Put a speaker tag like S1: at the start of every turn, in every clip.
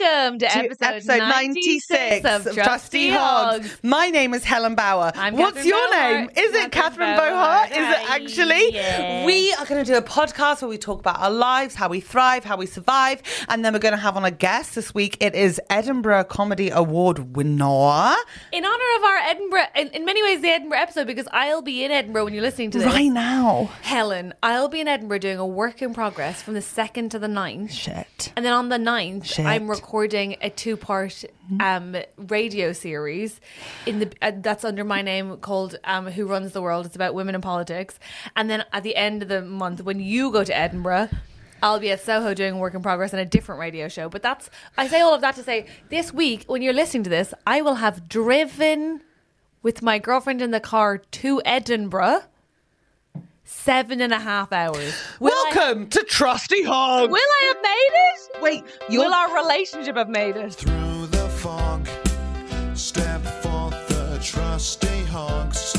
S1: Welcome to,
S2: to
S1: episode, 96 of Trusty, Hogs.
S2: My name is Helen Bauer.
S1: I'm
S2: What's
S1: Catherine
S2: your
S1: Bohart.
S2: name? Is it
S1: Catherine
S2: Catherine Bohart?
S1: Bohart.
S2: Is it actually?
S1: Yes.
S2: We are going to do a podcast where we talk about our lives, how we thrive, how we survive, and then we're going to have on a guest this week. It is Edinburgh Comedy Award winner.
S1: In honor of our Edinburgh, in, in many ways, the Edinburgh episode, because I'll be in Edinburgh when you're listening to this.
S2: Right now.
S1: Helen, I'll be in Edinburgh doing a work in progress from the 2nd to the 9th.
S2: Shit.
S1: And then on the 9th,
S2: Shit.
S1: I'm recording a two part um, radio series in the uh, that's under my name called um, Who Runs the World. It's about women in politics. And then at the end of the month, when you go to Edinburgh, I'll be at Soho doing work in progress and a different radio show. But that's, I say all of that to say this week, when you're listening to this, I will have driven with my girlfriend in the car to Edinburgh seven and a half hours. Will I-
S2: Welcome to Trusty Hog.
S1: Will I have made it?
S2: Wait, you're
S1: Will our relationship have made it?
S3: Through the fog, step forth the trusty hogs.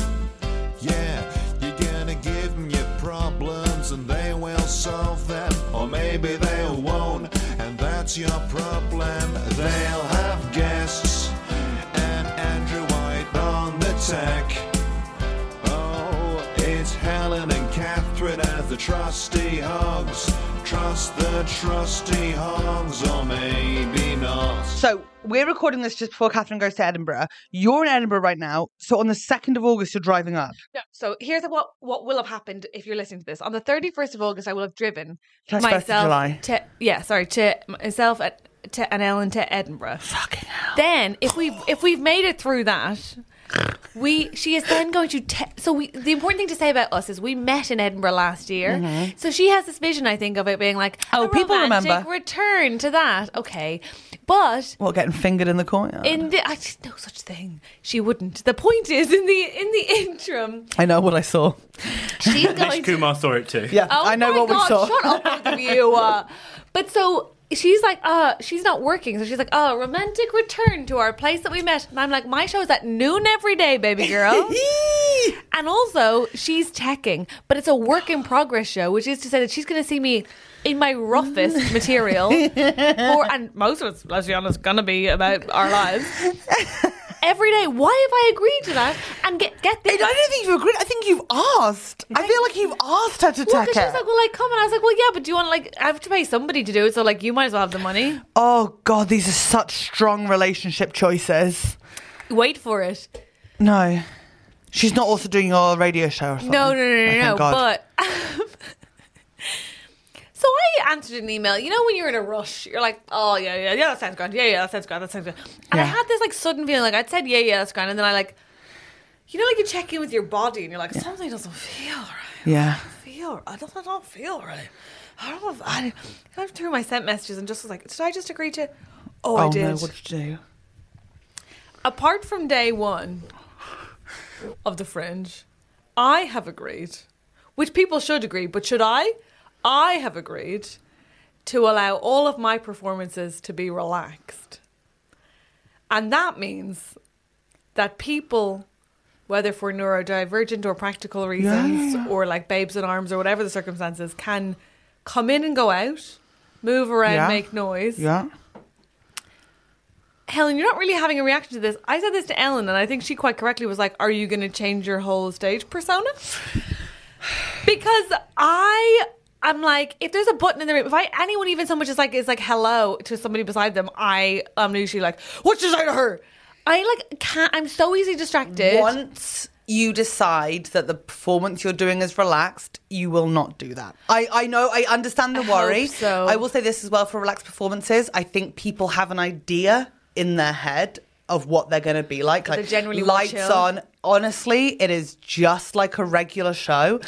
S3: Yeah, you're gonna give 'em your problems and they will solve them. Or maybe they won't, and that's your problem. They'll have guests and Andrew White on the tech. Oh, it's Helen and Catherine as the trusty hogs. Trust the trusty hogs, or maybe not.
S2: So we're recording this just before Catherine goes to Edinburgh. You're in Edinburgh right now. So on the 2nd of August, you're driving up.
S1: No. So here's what what will have happened if you're listening to this. On the 31st of August, I will have driven
S2: That's first of
S1: myself
S2: July.
S1: to yeah, sorry, to myself at, to and Ellen to Edinburgh.
S2: Fucking hell.
S1: Then if we've if we've made it through that, we she is then going to te- so we the important thing to say about us is we met in Edinburgh last year. So she has this vision I think of it being like
S2: Oh,
S1: a
S2: people
S1: romantic
S2: remember.
S1: return to that. Okay, but
S2: What, getting fingered in the corner?
S1: in the I just no such thing. She wouldn't. The point is in the in the interim,
S2: I know what I saw.
S1: she's going to
S4: Kumar saw it too.
S2: Yeah,
S1: Oh
S2: I know
S1: my
S2: what
S1: God,
S2: we saw.
S1: Shut up, both of you. Uh, but so she's like, uh, she's not working. So she's like, oh, romantic return to our place that we met. And I'm like, my show is at noon every day, baby girl. and also, she's teching, but it's a work in progress show, which is to say that she's going to see me in my roughest material. for, and most of it's, let's be honest, going to be about our lives. Every day. Why have I agreed to that? And get, get this.
S2: I don't think you've agreed. I think you've asked. I feel like you've asked her to
S1: Well,
S2: take
S1: 'cause she was
S2: it.
S1: like, "Well, like, come," and I was like, "Well, yeah, but do you want like I have to pay somebody to do it, so like you might as well have the money.
S2: Oh God, these are such strong relationship choices.
S1: Wait for it."
S2: No, she's not also doing your radio show. Or something.
S1: No, no, no,
S2: Oh,
S1: no,
S2: thank
S1: no.
S2: God.
S1: But um, so I answered an email. You know, when you're in a rush, you're like, "Oh yeah, yeah, yeah, that sounds grand. Yeah, yeah, that sounds grand. That sounds grand." And I
S2: Yeah.
S1: had this like sudden feeling, like I'd said, "Yeah, yeah, that's grand," and then I like, you know, like you check in with your body, and you're like, "Something doesn't feel right."
S2: yeah,
S1: feel. I don't, I don't feel right. I don't. know if I, I went through my sent messages and just was like, did I just agree to? Oh, I
S2: oh
S1: did.
S2: no, what did you do?
S1: Apart from day one of the fringe, I have agreed, which people should agree. But should I? I have agreed to allow all of my performances to be relaxed. And that means that people, whether for neurodivergent or practical reasons, or like babes in arms or whatever the circumstances, can come in and go out, move around,
S2: Yeah.
S1: make noise.
S2: Yeah.
S1: Helen, you're not really having a reaction to this. I said this to Ellen, and I think she quite correctly was like, Are you going to change your whole stage persona? Because I. am like, if there's a button in the room, if I anyone even so much as like is like hello to somebody beside them, I am usually like, what should I say to her? I like can't. I'm so easily distracted.
S2: Once you decide that the performance you're doing is relaxed, you will not do that. I, I know, I understand the
S1: I
S2: worry.
S1: hope so.
S2: I will say this as well for relaxed performances. I think people have an idea in their head of what they're going to be like. Like
S1: they're generally more
S2: lights
S1: chill.
S2: on. Honestly, it is just like a regular show,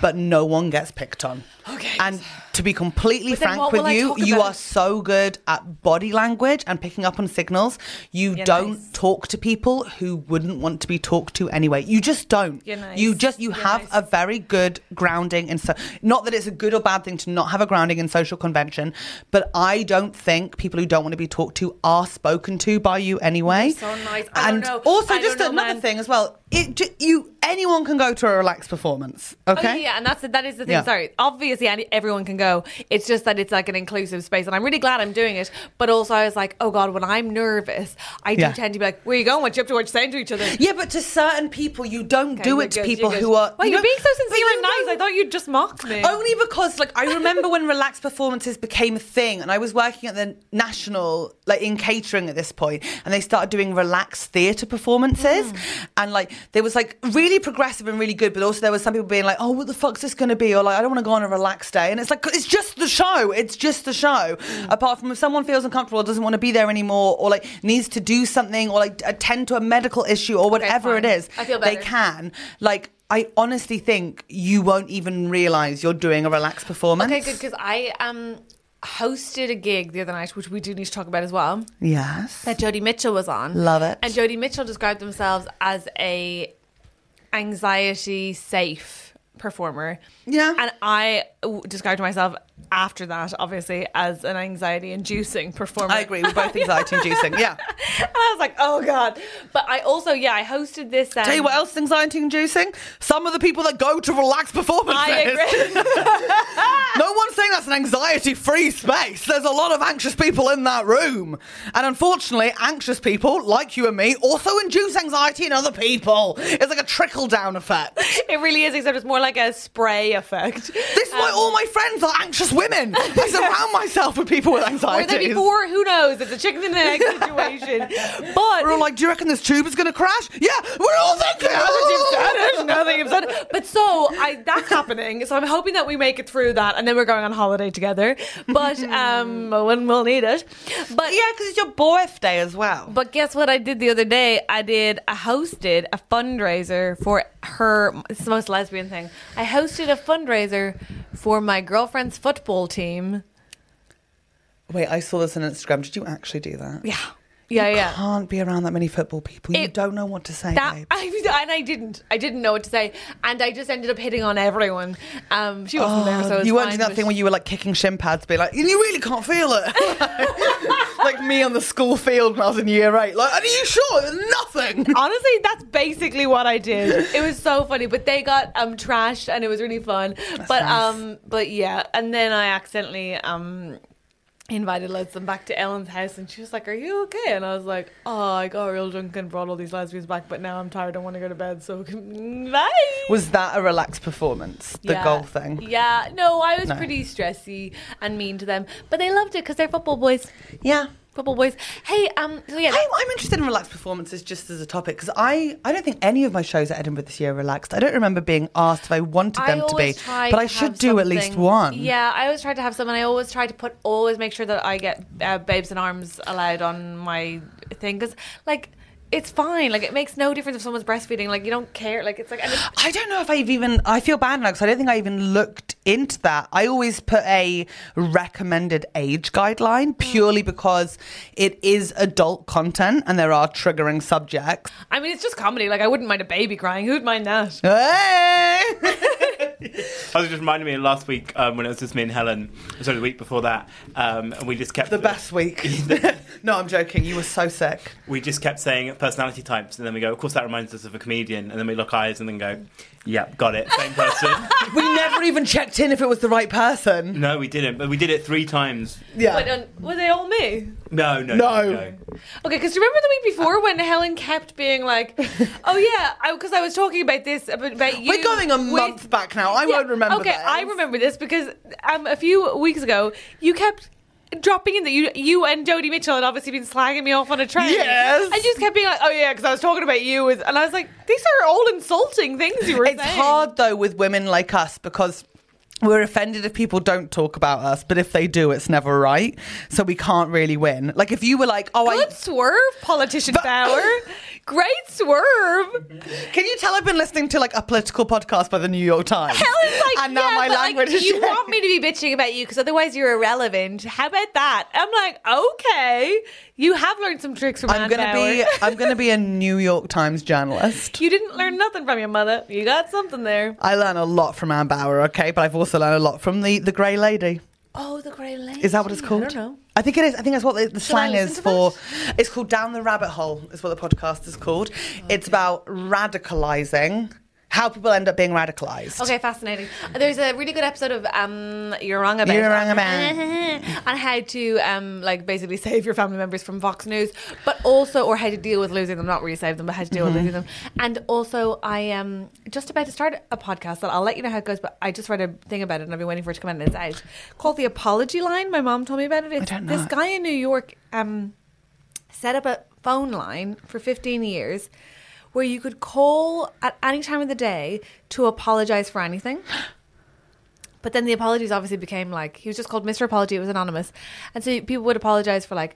S2: but no one gets picked on.
S1: Okay.
S2: And to be completely
S1: But then
S2: frank
S1: what
S2: with
S1: will I
S2: you,
S1: talk
S2: you
S1: about?
S2: are so good at body language and picking up on signals. You
S1: You're
S2: don't
S1: nice.
S2: talk to people who wouldn't want to be talked to anyway. You just don't.
S1: You're nice.
S2: You just you
S1: You're
S2: have
S1: nice.
S2: a very good grounding in so not that it's a good or bad thing to not have a grounding in social convention, but I don't think people who don't want to be talked to are spoken to by you anyway.
S1: You're so nice. I don't
S2: and
S1: know.
S2: also
S1: I
S2: just
S1: don't know,
S2: another
S1: man.
S2: thing as well. It ju- you anyone can go to a relaxed performance, okay?
S1: Oh, yeah, yeah, and that's the, that is the thing.
S2: Yeah.
S1: Sorry, obviously any, everyone can go. It's just that it's like an inclusive space, and I'm really glad I'm doing it. But also, I was like, oh god, when I'm nervous, I do
S2: Yeah.
S1: tend to be like, where you going? What you up to? What you saying to each other?
S2: Yeah, but to certain people, you don't do
S1: you're
S2: it to
S1: good,
S2: people
S1: you're
S2: who
S1: good.
S2: are.
S1: Well,
S2: you
S1: you're
S2: know-
S1: being so
S2: but
S1: sincere
S2: you
S1: and nice.
S2: know-
S1: I thought you'd just mock me.
S2: Only because, like, I remember when relaxed performances became a thing, and I was working at the National, like, in catering at this point, and they started doing relaxed theatre performances.
S1: Mm.
S2: And, like, there was, like, really progressive and really good, but also there was some people being like, oh, what the fuck's this going to be? Or, like, I don't want to go on a relaxed day. And it's like, it's just the show. It's just the show.
S1: Mm.
S2: Apart from if someone feels uncomfortable, or doesn't want to be there anymore, or, like, needs to do something, or, like, attend to a medical issue, or whatever
S1: fine.
S2: it is,
S1: I feel
S2: they
S1: better.
S2: can can. Like, I honestly think you won't even realize you're doing a relaxed performance.
S1: okay, good because I um hosted a gig the other night, which we do need to talk about as well.
S2: Yes.
S1: that Jodie Mitchell was on.
S2: Love it.
S1: And Jodie Mitchell described themselves as a anxiety safe performer.
S2: Yeah.
S1: And I w- described myself after that, obviously, as an anxiety inducing performer.
S2: I agree. We're both anxiety inducing. Yeah.
S1: And I was like, oh God. But I also, yeah, I hosted this. Um,
S2: Tell you what else is anxiety inducing? Some of the people that go to relaxed performances.
S1: I agree.
S2: no one's saying that's an anxiety free space. There's a lot of anxious people in that room. And unfortunately, anxious people, like you and me, also induce anxiety in other people. It's like a trickle down effect.
S1: it really is, except it's more like a spray effect.
S2: This is why
S1: Um,
S2: all my friends are anxious women. I surround myself with people with
S1: Were
S2: anxieties.
S1: there before? Who knows? It's a chicken and egg situation. But
S2: We're all like, do you reckon this tube is going to crash? Yeah, we're all thinking.
S1: nothing you've said. But so I that's happening. So I'm hoping that we make it through that, and then we're going on holiday together. But um, when we'll need it. But
S2: Yeah, because it's your birthday as well.
S1: But guess what I did the other day? I did I hosted a fundraiser for her. It's the most lesbian thing. I hosted a fundraiser for my girlfriend's football team.
S2: Wait, I saw this on Instagram. Did you actually do that?
S1: Yeah, yeah, yeah.
S2: Can't be around that many football people. you
S1: It-
S2: don't know what to say,
S1: That
S2: babe.
S1: I, and I didn't. I didn't know what to say, and I just ended up hitting on everyone. Um, she wasn't there, so it was
S2: Oh, you
S1: fine,
S2: weren't doing that
S1: but
S2: thing where you were like kicking shin pads, be like, you really can't feel it. like me on the school field when I was in year eight. Like, are you sure? Nothing.
S1: Honestly, that's basically what I did. It was so funny, but they got um trashed and it was really fun. but
S2: nice.
S1: um but yeah, and then I accidentally um invited loads of them back to Ellen's house and she was like, "Are you okay?" And I was like, "Oh, I got real drunk and brought all these lesbians back, but now I'm tired. I want to go to bed." So bye.
S2: Was that a relaxed performance? The
S1: Yeah.
S2: goal thing.
S1: Yeah, no, I was
S2: No.
S1: pretty stressy and mean to them, but they loved it because they're football boys.
S2: Yeah.
S1: Football boys. Hey, um, so yeah,
S2: I'm, I'm interested in relaxed performances just as a topic because I, I don't think any of my shows at Edinburgh this year are relaxed. I don't remember being asked if I wanted them to be,
S1: always try
S2: but I
S1: to
S2: should
S1: have
S2: do at least
S1: something-
S2: one.
S1: Yeah, I always try to have some, and I always try to put, always make sure that I get uh, babes in arms allowed on my thing because, like, it's fine. Like, it makes no difference if someone's breastfeeding. Like, you don't care. Like, it's like, and it's-
S2: I don't know if I've even. I feel bad now because I don't think I even looked into that. I always put a recommended age guideline
S1: Hmm.
S2: purely because it is adult content and there are triggering subjects.
S1: I mean, it's just comedy. Like, I wouldn't mind a baby crying. Who'd mind that?
S2: Hey!
S4: That was just reminding me of last week um, when it was just me and Helen. Sorry, the week before that, um, and we just kept
S2: The best week. no, I'm joking. You were so sick.
S4: We just kept saying personality types, and then we go. Of course, that reminds us of a comedian, and then we look eyes, and then go, "Yep, got it, same person."
S2: We never even checked in if it was the right person.
S4: no, we didn't, but we did it three times.
S2: Yeah.
S1: Wait, um, were they all me?
S4: No, no,
S2: No.
S1: Okay, because remember the
S2: Uh,
S1: week before when Helen kept being like, "Oh yeah," because I, was talking about this about, about you.
S2: We're going a
S1: with-
S2: month back now. I won't remember
S1: Okay,
S2: this.
S1: I remember this because um, a few weeks ago you kept dropping in that you you and Jodie Mitchell had obviously been slagging me off on a train.
S2: Yes.
S1: and you just kept being like, "Oh yeah," because I was talking about you, with, and I was like, "These are all insulting things you were
S2: It's
S1: saying."
S2: hard though with women like us because we're offended if people don't talk about us, but if they do, it's never right. So we can't really win. Like if you were like, oh,
S1: Good swerve, politician Bauer. Great swerve.
S2: I can you tell I've been listening to like a political podcast by the New York Times?
S1: Helen's like,
S2: and now
S1: yeah,
S2: my
S1: but,
S2: language
S1: like,
S2: is
S1: You
S2: shit.
S1: want me to be bitching about you because otherwise you're irrelevant. How about that? I'm like, okay, you have learned some tricks from.
S2: I'm
S1: Ann
S2: gonna be
S1: Bauer.
S2: I'm gonna be a New York Times journalist.
S1: You didn't learn nothing from your mother. You got something there.
S2: I learn a lot from Anne Bauer, okay, but I've also learned a lot from the the Grey Lady.
S1: Oh, the Grey Lady.
S2: Is that what it's called?
S1: I don't know.
S2: I think it is. I think that's what the, the
S1: Shall I
S2: slang
S1: listen
S2: is
S1: to
S2: for. It's called Down the Rabbit Hole, is what the podcast is called. It's about radicalizing, how people end up being radicalized.
S1: Okay, fascinating. There's a really good episode of um, You're Wrong About
S2: You're
S1: It.
S2: Wrong About It.
S1: on how to um, like basically save your family members from Fox News, but also or how to deal with losing them, not really save them, but how to deal with losing
S2: Mm-hmm.
S1: them. And also, I am just about to start a podcast that I'll let you know how it goes. But I just read a thing about it and I've been waiting for it to come out and it's out called the Apology Line. My mom told me about it. It's
S2: don't know
S1: This
S2: it.
S1: guy in New York. Um, set up a phone line for 15 years where you could call at any time of the day to apologize for anything. But then the apologies obviously became like he was just called Mr. Apology, it was anonymous. And so people would apologize for like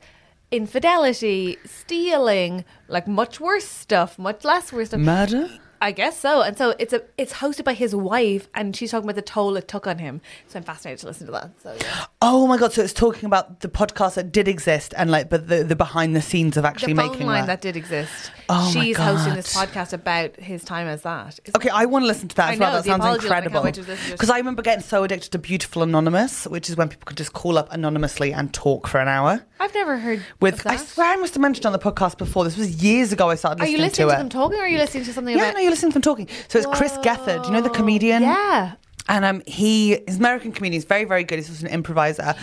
S1: infidelity, stealing, like much worse stuff, much less worse stuff.
S2: Murder?
S1: I guess so. And so it's a it's hosted by his wife and she's talking about the toll it took on him. So I'm fascinated to listen to that. So yeah.
S2: Oh my god! So it's talking about the podcast that did exist and like, but the, the behind the scenes of
S1: the
S2: actually
S1: phone
S2: making
S1: line
S2: that.
S1: that did exist.
S2: Oh my
S1: She's hosting this
S2: God.
S1: podcast about his time as that. It's
S2: Okay, I want to listen to that
S1: I
S2: as well.
S1: know,
S2: that
S1: the
S2: sounds
S1: apology line, I can't
S2: incredible.
S1: wait to listen to it.
S2: Because I remember getting so addicted to Beautiful Anonymous, which is when people could just call up anonymously and talk for an hour.
S1: I've never heard of
S2: With
S1: that.
S2: I swear I must have mentioned on the podcast before. This was years ago. I started
S1: Are you listening
S2: listening,
S1: to,
S2: it.
S1: them talking, or are you listening to something?
S2: Yeah,
S1: about-
S2: no, you're listening to them talking. So it's Chris Gethard, you know the comedian?
S1: Yeah.
S2: And um, he is an American comedian. He's very, very good. He's also an improviser.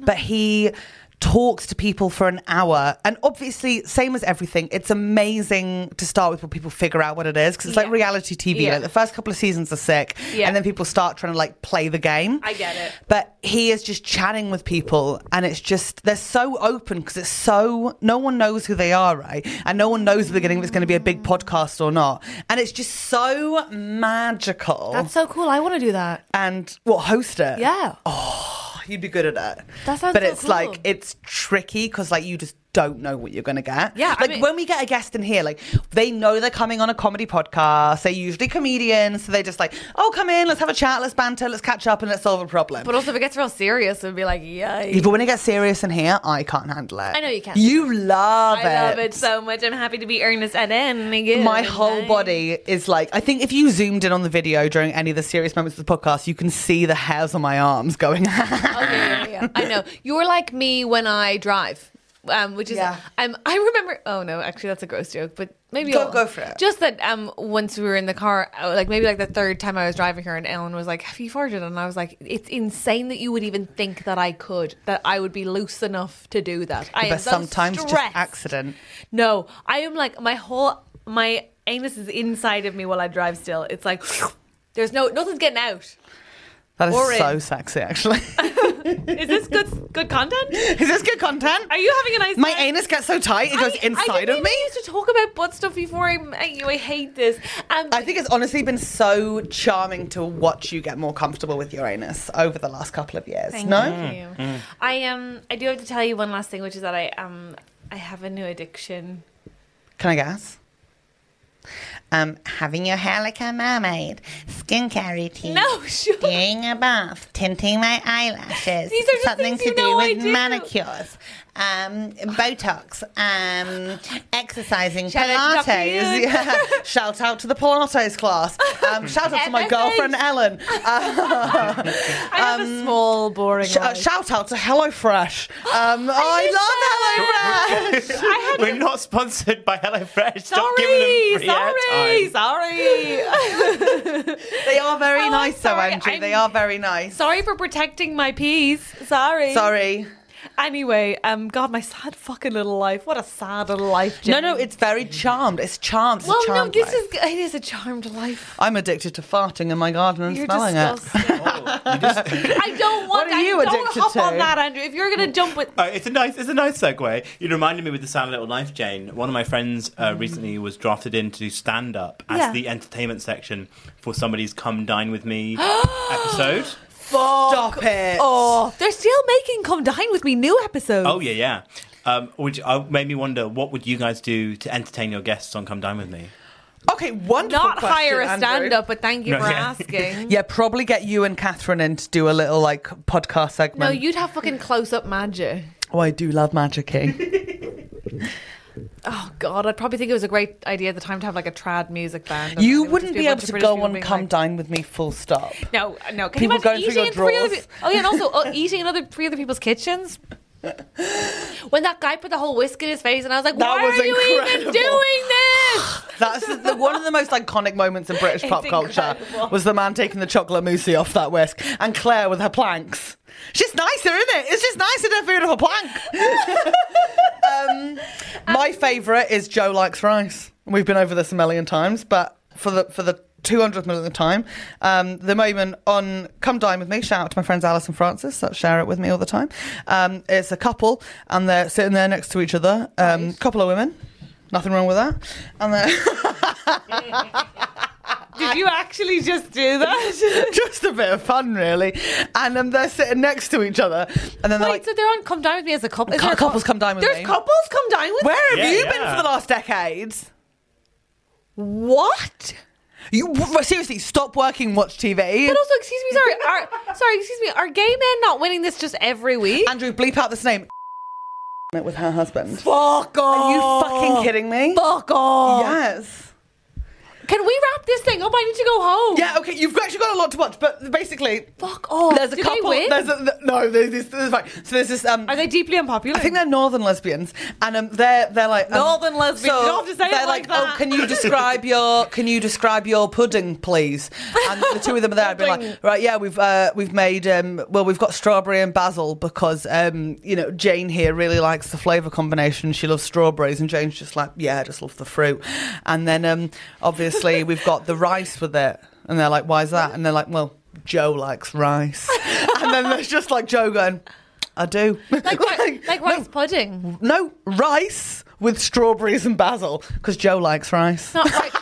S2: But he talks to people for an hour. And obviously, same as everything, it's amazing to start with when people figure out what it is. Because it's
S1: Yeah.
S2: like reality TV.
S1: Yeah.
S2: Like the first couple of seasons are sick.
S1: Yeah.
S2: And then people start trying to like play the game.
S1: I get it.
S2: But he is just chatting with people, and it's just they're so open because it's so no one knows who they are, right? And no one knows at the beginning if it's going to be a big podcast or not, and it's just so magical.
S1: That's so cool. I want to do that.
S2: and what host it?
S1: Yeah.
S2: Oh. you'd be good at it.
S1: That sounds
S2: But
S1: so
S2: it's
S1: cool.
S2: like it's tricky because like you just don't know what you're going to get.
S1: Yeah, I
S2: like
S1: mean-
S2: when we get a guest in here, like they know they're coming on a comedy podcast. They're usually comedians, so they just like, oh, come in, let's have a chat, let's banter, let's catch up, and let's solve a problem.
S1: But also, if it gets real serious, it'd be like, yay.
S2: Yeah, but when it gets serious in here, I can't handle it.
S1: I know you can't.
S2: You love
S1: I
S2: it.
S1: love it so much. I'm happy to be earnest and then again.
S2: My whole body is like. I think if you zoomed in on the video during any of the serious moments of the podcast, you can see the hairs on my arms going.
S1: Oh, yeah, yeah, yeah. I know. You're like me when I drive. Um, which is
S2: Yeah.
S1: um, I remember. Oh no, actually, that's a gross joke, but maybe
S2: Go-
S1: I'll-
S2: go for it.
S1: Just that um, once we were in the car, uh, like maybe like the third time I was driving her, and Ellen was like, "Have you farted?" And I was like, "It's insane that you would even think that I could, that I would be loose enough to do that." I am
S2: but
S1: so
S2: sometimes just
S1: stressed.
S2: accident.
S1: No, I am like my whole my anus is inside of me while I drive. Still, it's like there's no nothing's getting out.
S2: That is
S1: Or in.
S2: so sexy, actually.
S1: Is this good good content?
S2: is this good content?
S1: Are you having a nice?
S2: my
S1: time?
S2: anus gets so tight it goes
S1: I- I
S2: inside
S1: didn't
S2: of
S1: even
S2: me.
S1: used to talk about butt stuff before I met you. I hate this. Um,
S2: I think it's honestly been so charming to watch you get more comfortable with your anus over the last couple of years.
S1: Thank
S2: no,
S1: you.
S4: Mm,
S1: I um I do have to tell you one last thing, which is that I um I have a new addiction.
S2: Can I guess? Um, having your hair like a mermaid, skincare routine.
S1: No, sure.
S2: Doing a bath, tinting my eyelashes.
S1: These are just
S2: something
S1: things
S2: to
S1: you
S2: do
S1: know I
S2: with
S1: do.
S2: manicures. um, Botox, um, exercising,
S1: Shout out to Dr.
S2: Pilates.
S1: Yoon.
S2: Yeah. Shout out to the Pilates class. Um, shout out to my
S1: MFH.
S2: girlfriend Ellen. Uh,
S1: I have a small, boring.
S2: Sh- uh,
S1: life.
S2: shout out to HelloFresh. Um, I love HelloFresh.
S1: I had
S4: We're not sponsored by HelloFresh. Stop giving them
S1: sorry,
S4: free
S1: sorry,
S4: airtime.
S1: sorry,
S2: They are very
S1: Oh, I'm
S2: nice, though,
S1: sorry.
S2: Andrew.
S1: I'm-
S2: They are very nice.
S1: sorry for protecting my peace. Sorry,
S2: Sorry.
S1: Anyway, um, God, my sad fucking little life. What a sad little life.
S2: No,
S1: Jen.
S2: no, it's very charmed. It's charmed. It's a
S1: well, no,
S2: charmed
S1: this
S2: life.
S1: is it is a charmed life.
S2: I'm addicted to farting in my garden and
S1: You're
S2: smelling it.
S1: disgusting. I don't want.
S2: What are you
S1: I don't
S2: addicted
S1: hop
S2: to?
S1: on that, Andrew. If you're gonna jump with,
S4: Oh, it's a nice, it's a nice segue. You reminded me with the Sad Little Life, Jane. One of my friends
S2: Mm-hmm.
S4: uh, recently was drafted in to do stand up as
S1: Yeah.
S4: the entertainment section for somebody's "Come Dine with Me" episode.
S2: Stop it.
S1: oh, they're still making "Come Dine with Me" new episodes.
S4: Oh yeah, yeah. Um, which uh, made me wonder, what would you guys do to entertain your guests on "Come Dine with Me"?
S2: Okay, wonderful.
S1: Not
S2: question,
S1: hire a
S2: Andrew.
S1: stand-up, but thank you
S4: No,
S1: for
S4: yeah.
S1: asking.
S2: Yeah, probably get you and Catherine in to do a little like podcast
S1: No,
S2: segment.
S1: you'd have fucking close-up magic.
S2: Oh, I do love eh? magicking.
S1: Oh God, I'd probably think it was a great idea at the time to have like a trad music band. and it
S2: you
S1: would
S2: wouldn't
S1: just a
S2: be able
S1: bunch of
S2: to
S1: British
S2: go
S1: people
S2: on
S1: being
S2: come
S1: like,
S2: dine with me. Full stop.
S1: No, no. Can
S2: People
S1: you
S2: going
S1: imagine
S2: through
S1: eating
S2: your
S1: in three other
S2: drawers.
S1: pe- Oh yeah, and also uh, eating in other three other people's kitchens. When that guy put the whole whisk in his face, and I was like,
S2: That
S1: "Why
S2: was
S1: are you
S2: incredible.
S1: even doing this?"
S2: That's the, one of the most iconic moments in British
S1: It's
S2: pop culture
S1: incredible.
S2: was the man taking the chocolate mousse off that whisk and Claire with her planks. She's nicer, isn't it? It's just nicer than food off a plank. um, my favourite is Joe likes rice. We've been over this a million times, but for the for the. 200 millionth time. Um, the moment on Come Dine With Me, shout out to my friends Alice and Francis that share it with me all the time. Um, it's a couple and they're sitting there next to each other. Um, Couple of women, nothing wrong with that. And they're.
S1: Did you actually just do that?
S2: just a bit of fun, really. And um, they're sitting next to each other, and then
S1: Wait,
S2: they're like,
S1: so they're on "Come Dine with Me" as a couple. Is
S2: Cou-
S1: there a cou-
S2: couples come dine with
S1: There's
S2: me.
S1: couples come dine with.
S2: "Where have
S4: Yeah,
S2: you been
S4: yeah.
S2: for the last decades?
S1: Me? What?
S2: You seriously stop working, watch TV."
S1: But also, excuse me, sorry, are, sorry, excuse me, are gay men not winning this just every week?
S2: Andrew, bleep out this name. Met with her husband.
S1: Fuck
S2: Are you
S1: off.
S2: fucking kidding me?
S1: Fuck off.
S2: Yes.
S1: Can we wrap this thing up? I need to go home.
S2: Yeah. Okay. You've actually got a lot to watch, but basically,
S1: Fuck off.
S2: there's a
S1: Do
S2: couple.
S1: They win?
S2: There's a, no. There's this. There's, right. So there's this. Um,
S1: Are they deeply unpopular?
S2: I think they're northern lesbians, and um, they're they're like um,
S1: Northern lesbians. You don't have to say it
S2: they're
S1: like
S2: Oh,
S1: that."
S2: can you describe your can you describe your pudding, please? And the two of them are there. I'd be
S1: Pudding.
S2: like, right, yeah, we've uh, we've made um, well, we've got strawberry and basil because um, you know Jane here really likes the flavour combination. She loves strawberries, and Jane's just like, yeah, I just love the fruit. And then um, obviously we've got the rice with it, and they're like, why's that? And they're like, well, Joe likes rice, and then there's just like Joe going. I do.
S1: like, like, like rice pudding.
S2: No, rice with strawberries and basil because Joe likes rice.
S1: Not rice.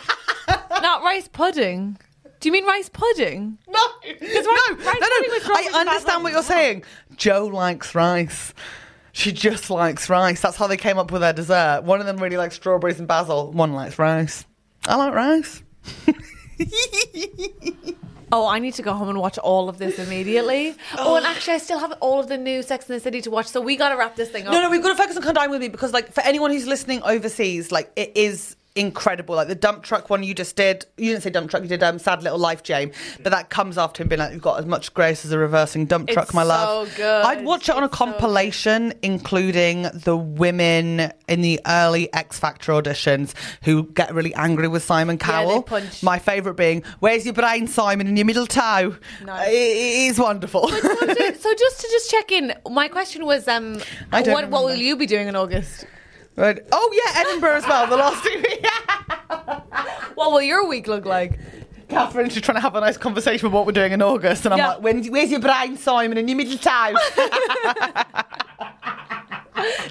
S1: not rice pudding. Do you mean rice pudding?
S2: No,
S1: rice- rice pudding with strawberries
S2: I
S1: and
S2: understand
S1: basil.
S2: what you're saying. Joe likes rice. She just likes rice. That's how they came up with their dessert. One of them really likes strawberries and basil. One likes rice. I like rice.
S1: Oh, I need to go home and watch all of this immediately. oh, and actually, I still have all of the new Sex in the City to watch, so we gotta wrap this thing up.
S2: No, no, we've got to focus on Come Dine With Me because, like, for anyone who's listening overseas, like, it is incredible. Like, the dump truck one you just did, you didn't say dump truck, you did um, Sad Little Life, Jane, but that comes after him being like, you've got as much grace as a reversing dump
S1: It's
S2: truck, my love.
S1: so good.
S2: I'd watch it on a
S1: It's so good.
S2: compilation, including the women in the early X Factor auditions who get really angry with Simon
S1: Yeah, they
S2: Cowell.
S1: punch.
S2: My favourite being, Where's your brain, Simon, and your middle toe?
S1: Nice.
S2: It- it is wonderful.
S1: so, ju- so just to just check in, my question was, um,
S2: I don't
S1: what, what will
S2: remember.
S1: you be doing in August?
S2: Right. Oh, yeah, Edinburgh as well, the last two
S1: What will your week look like?
S2: Catherine, she's trying to have a nice conversation about what we're doing in August, and I'm
S1: Yeah.
S2: like, when, "Where's your brain, Simon, and your middle toe?"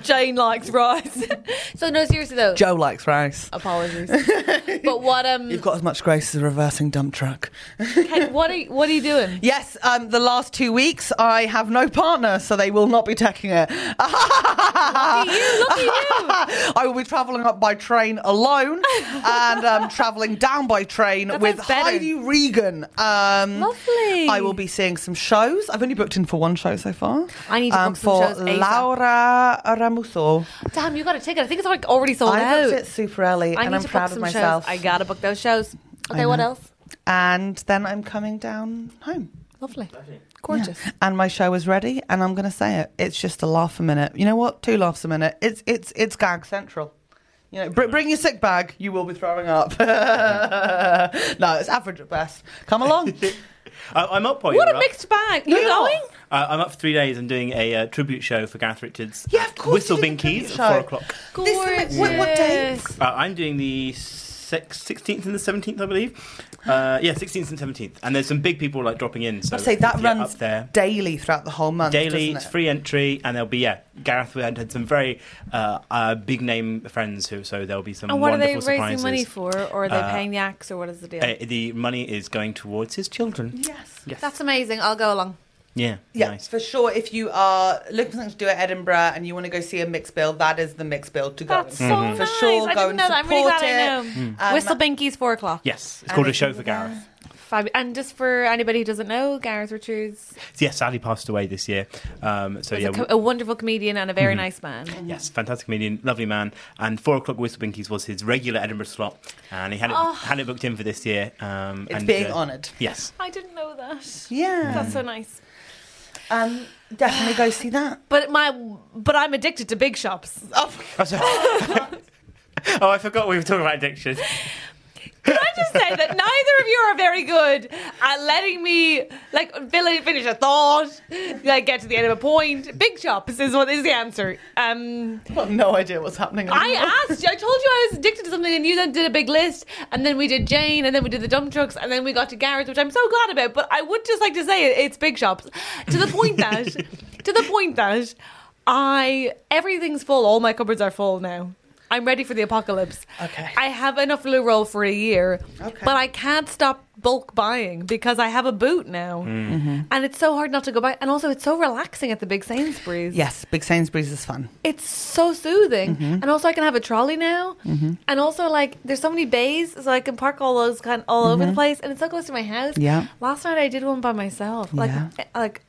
S1: Jane likes rice. so no, seriously though.
S2: Joe likes rice.
S1: apologies. but what um,
S2: You've got as much grace as a reversing dump truck.
S1: Ken, what are you, what are you doing?
S2: Yes, um, the last two weeks I have no partner, so they will not be taking it. Uh,
S1: Lucky you, lucky you.
S2: I will be travelling up by train alone, and um, travelling down by train
S1: That
S2: with
S1: sounds better.
S2: Heidi Regan. Um,
S1: Lovely.
S2: I will be seeing some shows. I've only booked in for one show so far. Um,
S1: I need to book some
S2: for
S1: shows ASAP.
S2: Laura Ara Aramuso.
S1: Damn, you got a ticket. I think it's like already sold
S2: I
S1: out.
S2: booked it super early,
S1: Oh, I
S2: and
S1: need
S2: I'm
S1: to
S2: proud
S1: book
S2: of
S1: some
S2: myself.
S1: shows. I gotta book those shows. Okay, what else?
S2: and then I'm coming down home.
S1: Lovely, gorgeous.
S2: And my show is ready, and I'm going to say it. It's just a laugh a minute. You know what? Two laughs a minute. It's it's it's gag central. You know, br- bring your sick bag. You will be throwing up. no, it's average at best. Come along.
S4: I, I'm up while
S1: What
S4: you're
S1: a
S4: up.
S1: mixed bag. You're
S2: Yeah.
S1: going?
S4: Uh, I'm up for three days. I'm doing a uh, tribute show for Gareth Richards.
S2: Yeah,
S4: at
S2: of course you
S4: Whistle
S2: did a
S4: Binkies
S2: tribute
S4: at
S2: show.
S4: four o'clock.
S2: This- what- what
S1: Gorgeous.
S2: dates?
S4: Uh, I'm doing the six, 16th and the 17th, I believe. Uh, yeah, 16th and 17th. And there's some big people like dropping in. So
S2: I say that
S4: if you're
S2: runs
S4: up there.
S2: daily throughout the whole month.
S4: Daily, it's
S2: doesn't it?
S4: free entry, and there'll be yeah. Gareth we had, had some very uh, uh, big name friends who, so there'll be some
S1: And what are they
S4: wonderful
S1: raising
S4: surprises.
S1: money for? Or are they paying the acts? Or what is the deal?
S4: Uh, the money is going towards his children.
S2: Yes.
S1: That's amazing. I'll go along.
S4: Yeah,
S2: Yeah,
S4: nice.
S2: for sure. If you are looking for something to do at Edinburgh and you want to go see a mixed bill, that is the mixed bill to go.
S1: That's so
S2: and see.
S4: Mm-hmm.
S1: nice.
S2: For sure,
S1: I didn't
S2: go and
S1: know that. I'm really glad
S2: support
S1: I
S2: it. Mm.
S1: know. Um, Whistle Binkies, four o'clock.
S4: Yes, it's called a
S2: if
S4: show
S2: you
S4: for
S2: were
S4: Gareth.
S1: Fabu- and just for anybody who doesn't know, Gareth Richards
S4: Yeah, Sally passed away this year. Um, so
S1: was
S4: yeah, Mm-hmm.
S1: a, co- a wonderful comedian and a very nice man.
S4: Yes, fantastic comedian, lovely man. And Four O'Clock Whistle Binkies was his regular Edinburgh slot, and he had it,
S1: Oh.
S4: had it booked in for this year. Um,
S2: It's
S4: and, Mm.
S2: being honoured.
S4: Yes.
S1: I didn't know that.
S2: Yeah.
S1: That's so nice.
S2: Um, definitely go see that.
S1: But my, but I'm addicted to big shops.
S2: Oh,
S4: Oh, sorry. Oh, I forgot we were talking about addiction.
S1: Can I just say that neither of you are very good at letting me like fill- finish a thought, like get to the end of a point. Big shops is what is the answer. Um,
S2: I've got no idea what's happening. anymore.
S1: I asked. you. I told you I was addicted to something, and you then did a big list, and then we did Jane, and then we did the dump trucks, and then we got to Gareth, which I'm so glad about. But I would just like to say it, it's big shops. To the point that, to the point that, I everything's full. All my cupboards are full now. I'm ready for the apocalypse.
S2: Okay.
S1: I have enough loo roll for a year,
S2: Okay.
S1: but I can't stop bulk buying because I have a boot now,
S2: Mm-hmm.
S1: and it's so hard not to go buy. And also, it's so relaxing at the big Sainsbury's
S2: Yes, Big Sainsbury's is fun.
S1: it's so soothing
S2: Mm-hmm.
S1: and also i can have a trolley now and also like there's so many bays so i can park all those kind all over the place and it's so close to my house
S2: Mm-hmm. Yeah.
S1: last night i did one by myself like
S2: Yeah.
S1: I- like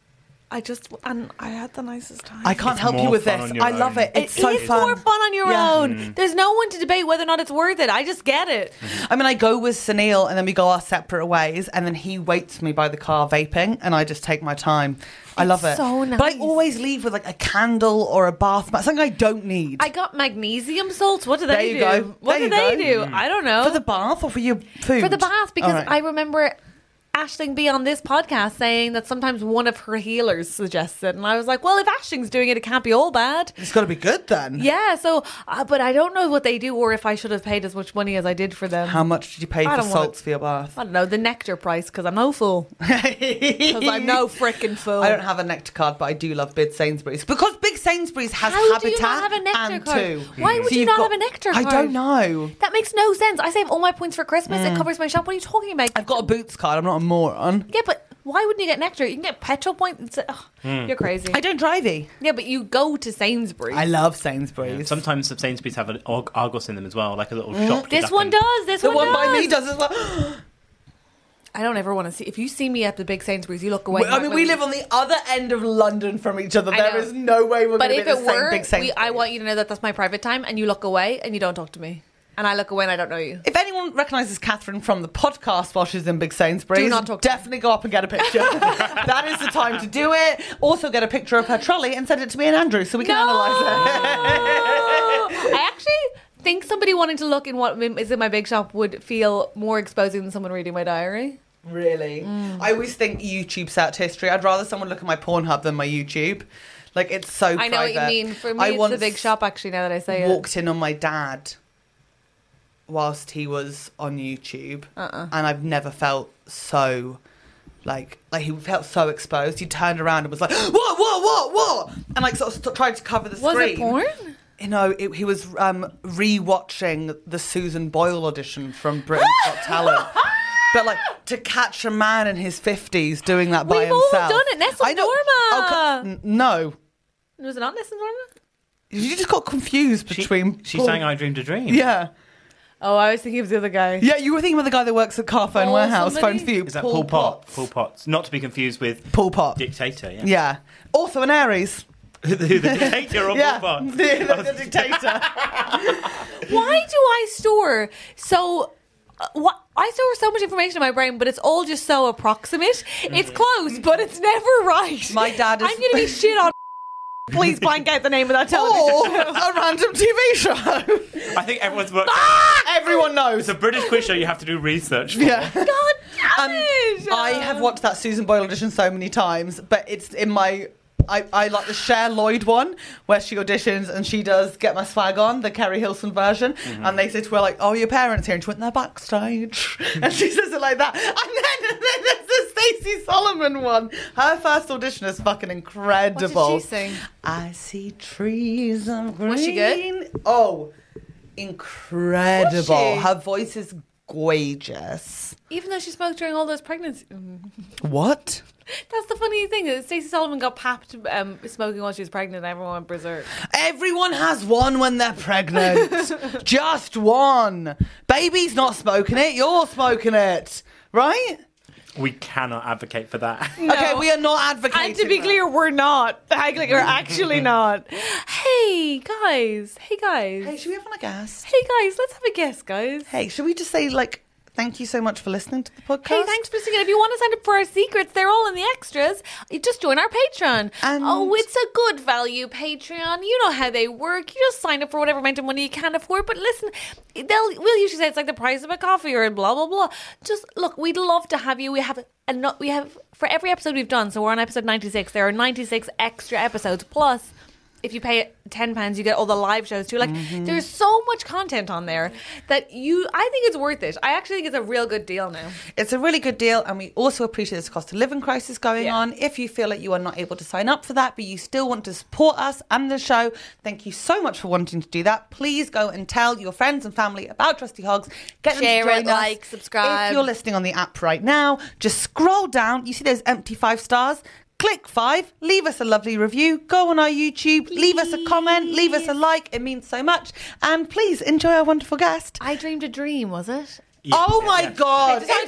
S1: i just and i had the nicest time
S2: I can't help you
S4: more
S2: with
S4: fun
S2: this.
S4: on your
S2: I love
S4: own.
S2: it. It's
S1: It
S2: so
S1: is
S2: fun.
S1: more fun on your
S2: Yeah.
S1: own. There's no one to debate whether or not it's worth it. I just get it.
S2: I mean, I go with Sunil and then we go our separate ways, and then he waits for me by the car vaping, and I just take my time. I love it.
S1: so
S2: But I
S1: nice.
S2: always leave with like a candle or a bath mat, something I don't need.
S1: I got magnesium salts. What do they
S2: There you
S1: do?
S2: go.
S1: What
S2: There
S1: do
S2: you
S1: they
S2: go.
S1: do? I don't know.
S2: for the bath or for your food?
S1: for the bath because
S2: All right.
S1: I remember Ashling B on this podcast saying that sometimes one of her healers suggests it, and I was like, well, if Ashling's doing it, it can't be all bad.
S2: It's got to be good then.
S1: Yeah, so uh, but I don't know what they do or if I should have paid as much money as I did for them.
S2: How much did you pay
S1: I
S2: for
S1: don't wanna-
S2: salts for your bath?
S1: I don't know the nectar price because I'm no fool. Because I'm no frickin' fool.
S2: I don't have a nectar card, but I do love Big Sainsbury's because Big Sainsbury's has
S1: How do
S2: Habitat
S1: you not have a nectar
S2: and
S1: card?
S2: two.
S1: Why would you
S2: you've
S1: not have a nectar
S2: I
S1: card?
S2: don't know.
S1: That makes no sense. I save all my points for Christmas. It covers my shop. What are you talking about?
S2: Mm. I've got a Boots card. I'm not a moron.
S1: Yeah, but why wouldn't you get nectar? You can get petrol points. Ugh, You're crazy.
S2: Mm. I don't drive e.
S1: yeah, but you go to Sainsbury's.
S2: I love Sainsbury's.
S4: Sometimes the Sainsbury's have an Arg- Argos in them as well, like a
S2: Mm.
S4: little shop. with
S1: This
S4: that
S1: one
S4: thing.
S1: does. This
S2: the
S1: one,
S2: one
S1: does.
S2: by me does as well.
S1: I don't ever want to see. If you see me at the big Sainsbury's, you look away.
S2: I mean, we live on the other end of London from each other.
S1: I
S2: There
S1: know.
S2: is no way we're
S1: But
S2: going to
S1: if
S2: be in
S1: it
S2: the
S1: were,
S2: same Big
S1: we,
S2: Sainsbury's.
S1: I want you to know that that's my private time, and you look away and you don't talk to me, and I look away and I don't know you.
S2: if anyone recognises Catherine from the podcast while she's in Big Sainsbury's,
S1: Do not talk to her.
S2: definitely go up and get a picture. that is the time to do it. Also, get a picture of her trolley and send it to me and Andrew so we can analyse it.
S1: I actually think somebody wanting to look in what is in my big shop would feel more exposing than someone reading my diary.
S2: Really?
S1: Mm.
S2: I always think YouTube search history. I'd rather someone look at my Pornhub than my YouTube. Like it's so.
S1: I know what
S2: private.
S1: you mean. For me,
S2: I
S1: it's the
S2: once
S1: big shop. Actually, now that I say it,
S2: Walked in on my dad whilst he was on YouTube,
S1: Uh-uh.
S2: and I've never felt so like like he felt so exposed. He turned around and was like, "What? What? What? What?" And like sort of st- tried to cover the
S1: was
S2: screen.
S1: it porn?
S2: You know, it, he was um, re-watching the Susan Boyle audition from Britain's Got Talent. But like to catch a man in his fifties doing that by
S1: We've all
S2: himself.
S1: done it. Nessun
S2: I know-
S1: Dorma.
S2: Oh, co- n- no,
S1: Was it not Nessun Dorma?
S2: you just got confused
S4: She,
S2: between.
S4: she
S2: Paul-
S4: sang "I Dreamed a Dream."
S2: Yeah,
S1: Oh, I was thinking of the other guy.
S2: yeah. You were thinking of the guy that works at Carphone
S1: Paul
S2: Warehouse,
S1: Oh, somebody?
S2: Phone Few.
S4: Is that Paul, Pot? Paul Potts, not to be confused with
S2: Paul Pot.
S4: dictator. Yeah.
S2: Yeah. Also an Aries.
S4: Who the dictator or
S2: yeah,
S4: Pol Pot?
S2: the, the dictator.
S1: Why do I store so? Uh, what I store so much information in my brain, but it's all just so approximate. It's close, but it's never right.
S2: Mm-hmm. My dad is- Oh.
S1: I'm going to be shit on. Please blank out the name of that television.
S2: or a random TV show.
S4: I think everyone's worked.
S2: Everyone knows.
S4: It's a British quiz show you have to do research for.
S2: Yeah.
S1: God damn
S2: Um,
S1: it!
S2: I have watched that Susan Boyle audition so many times, but it's in my. I, I like the Cher Lloyd one where she auditions and she does Get My Swag On, the Carrie Hilson version. And they say to her, like, oh, your parents here. And she went, they're backstage. and she says it like that. And then, then there's the Stacey Solomon one. Her first audition is fucking incredible.
S1: sing?
S2: I see trees of green.
S1: Was she good?
S2: Oh, incredible.
S1: Was she?
S2: Her voice is gorgeous.
S1: Even though she smoked during all those pregnancies,
S2: What?
S1: that's the funny thing. Is Stacey Solomon got papped um, smoking while she was pregnant, and everyone went berserk.
S2: Everyone has one when they're pregnant. Just one. Baby's not smoking it, you're smoking it. Right?
S4: We cannot advocate for that.
S2: Okay, we are not advocating.
S1: And to be
S2: that.
S1: clear, we're not. Like, like, we're actually not. Hey guys, hey guys,
S2: Hey, should we have on a guest?
S1: hey guys. Let's have a guess, guys.
S2: Hey, should we just say, like, thank you so much for listening to the podcast?
S1: Hey, thanks for listening. If you want to sign up for our secrets, they're all in the extras. You Just join our Patreon.
S2: And-
S1: oh, it's a good value Patreon. You know how they work. You just sign up for whatever amount of money you can afford. But listen, they'll we'll usually say it's like the price of a coffee or blah blah blah. Just look, we'd love to have you. We have and we have for every episode we've done. So we're on episode ninety six. There are ninety six extra episodes plus. If you pay ten pounds, you get all the live shows too. Like,
S2: Mm-hmm.
S1: there's so much content on there that you. I think it's worth it. I actually think it's a real good deal now.
S2: It's a really good deal, and we also appreciate this cost of living crisis going
S1: Yeah.
S2: on. If you feel like you are not able to sign up for that, but you still want to support us and the show, thank you so much for wanting to do that. Please go and tell your friends and family about Trusty Hogs. Get
S1: Share
S2: them to
S1: it,
S2: join us.
S1: like, subscribe.
S2: If you're listening on the app right now, just scroll down. You see those empty five stars. Click five, leave us a lovely review, go on our YouTube, leave us a comment, leave us a like. It means so much. And please enjoy our wonderful guest.
S1: I dreamed a dream, was it?
S2: oh my God,
S1: Exactly.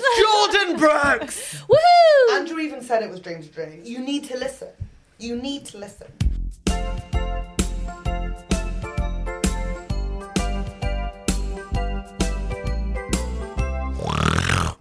S2: it's Jordan Brooks!
S1: Woohoo!
S2: Andrew even said it was Dreams of Dreams. You need to listen. You need to listen.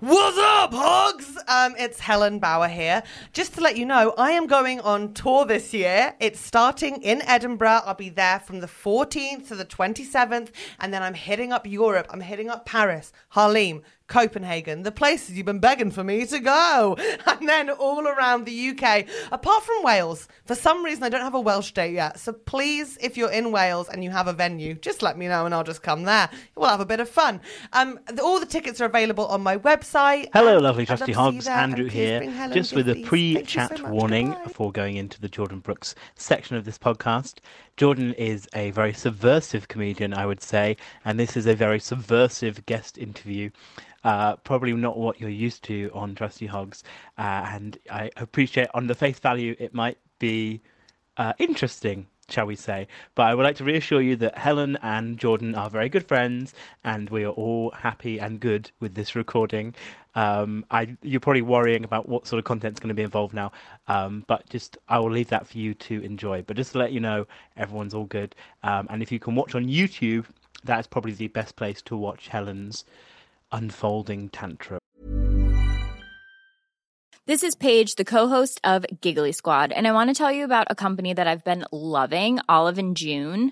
S2: What's up, hogs? Um, it's Helen Bauer here. Just to let you know, I am going on tour this year. It's starting in Edinburgh. I'll be there from the 14th to the 27th, and then I'm hitting up Europe. I'm hitting up Paris, Harlem, Copenhagen, the places you've been begging for me to go, and then all around the UK, apart from Wales. For some reason, I don't have a Welsh date yet. So please, if you're in Wales and you have a venue, just let me know and I'll just come there. We'll have a bit of fun. Um, the, all the tickets are available on my website.
S5: Hello,
S2: And
S5: lovely
S2: I'd love
S5: trusty
S2: to see you
S5: hogs.
S2: there.
S5: Andrew
S2: And please
S5: here.
S2: bring Helen,
S5: Just
S2: yes,
S5: with a
S2: please.
S5: pre
S2: Thank you so
S5: chat
S2: much.
S5: warning
S2: Goodbye.
S5: for going into the Jordan Brooks section of this podcast. Jordan is a very subversive comedian, I would say, and this is a very subversive guest interview. Uh, probably not what you're used to on Trusty Hogs, uh, and I appreciate on the face value it might be uh, interesting, shall we say. But I would like to reassure you that Helen and Jordan are very good friends, and we are all happy and good with this recording. Um, I, you're probably worrying about what sort of content's going to be involved now, um, but just I will leave that for you to enjoy. But just to let you know, everyone's all good, um, and if you can watch on YouTube, that is probably the best place to watch Helen's unfolding tantrum.
S6: This is Paige, the co-host of Giggly Squad, and I want to tell you about a company that I've been loving, Olive and June.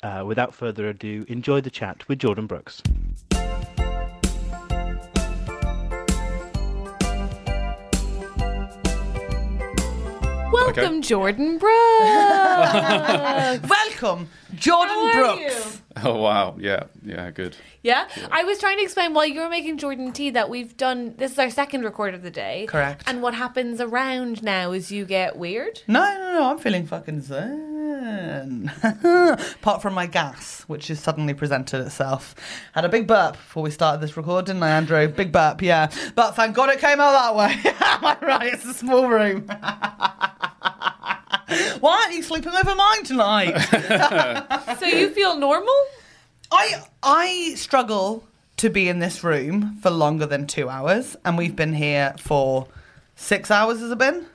S5: Uh, without further ado, enjoy the chat with Jordan Brooks.
S1: Welcome, Jordan Brooks.
S2: Welcome, welcome, Jordan
S1: How are
S2: Brooks.
S1: you?
S7: Oh wow, yeah, yeah, good.
S1: Yeah? I was trying to explain while you were making Jordan tea that we've done this is our second record of the day.
S2: Correct.
S1: And what happens around now is you get weird.
S2: No, no, no, I'm feeling fucking zen. Apart from my gas, which has suddenly presented itself. Had a big burp before we started this record, didn't I, Andrew? Big burp, yeah. But thank God it came out that way. Am I right? It's a small room. Why aren't you sleeping over mine tonight?
S1: So you feel normal?
S2: I I struggle to be in this room for longer than two hours, and we've been here for six hours. Has it been? Do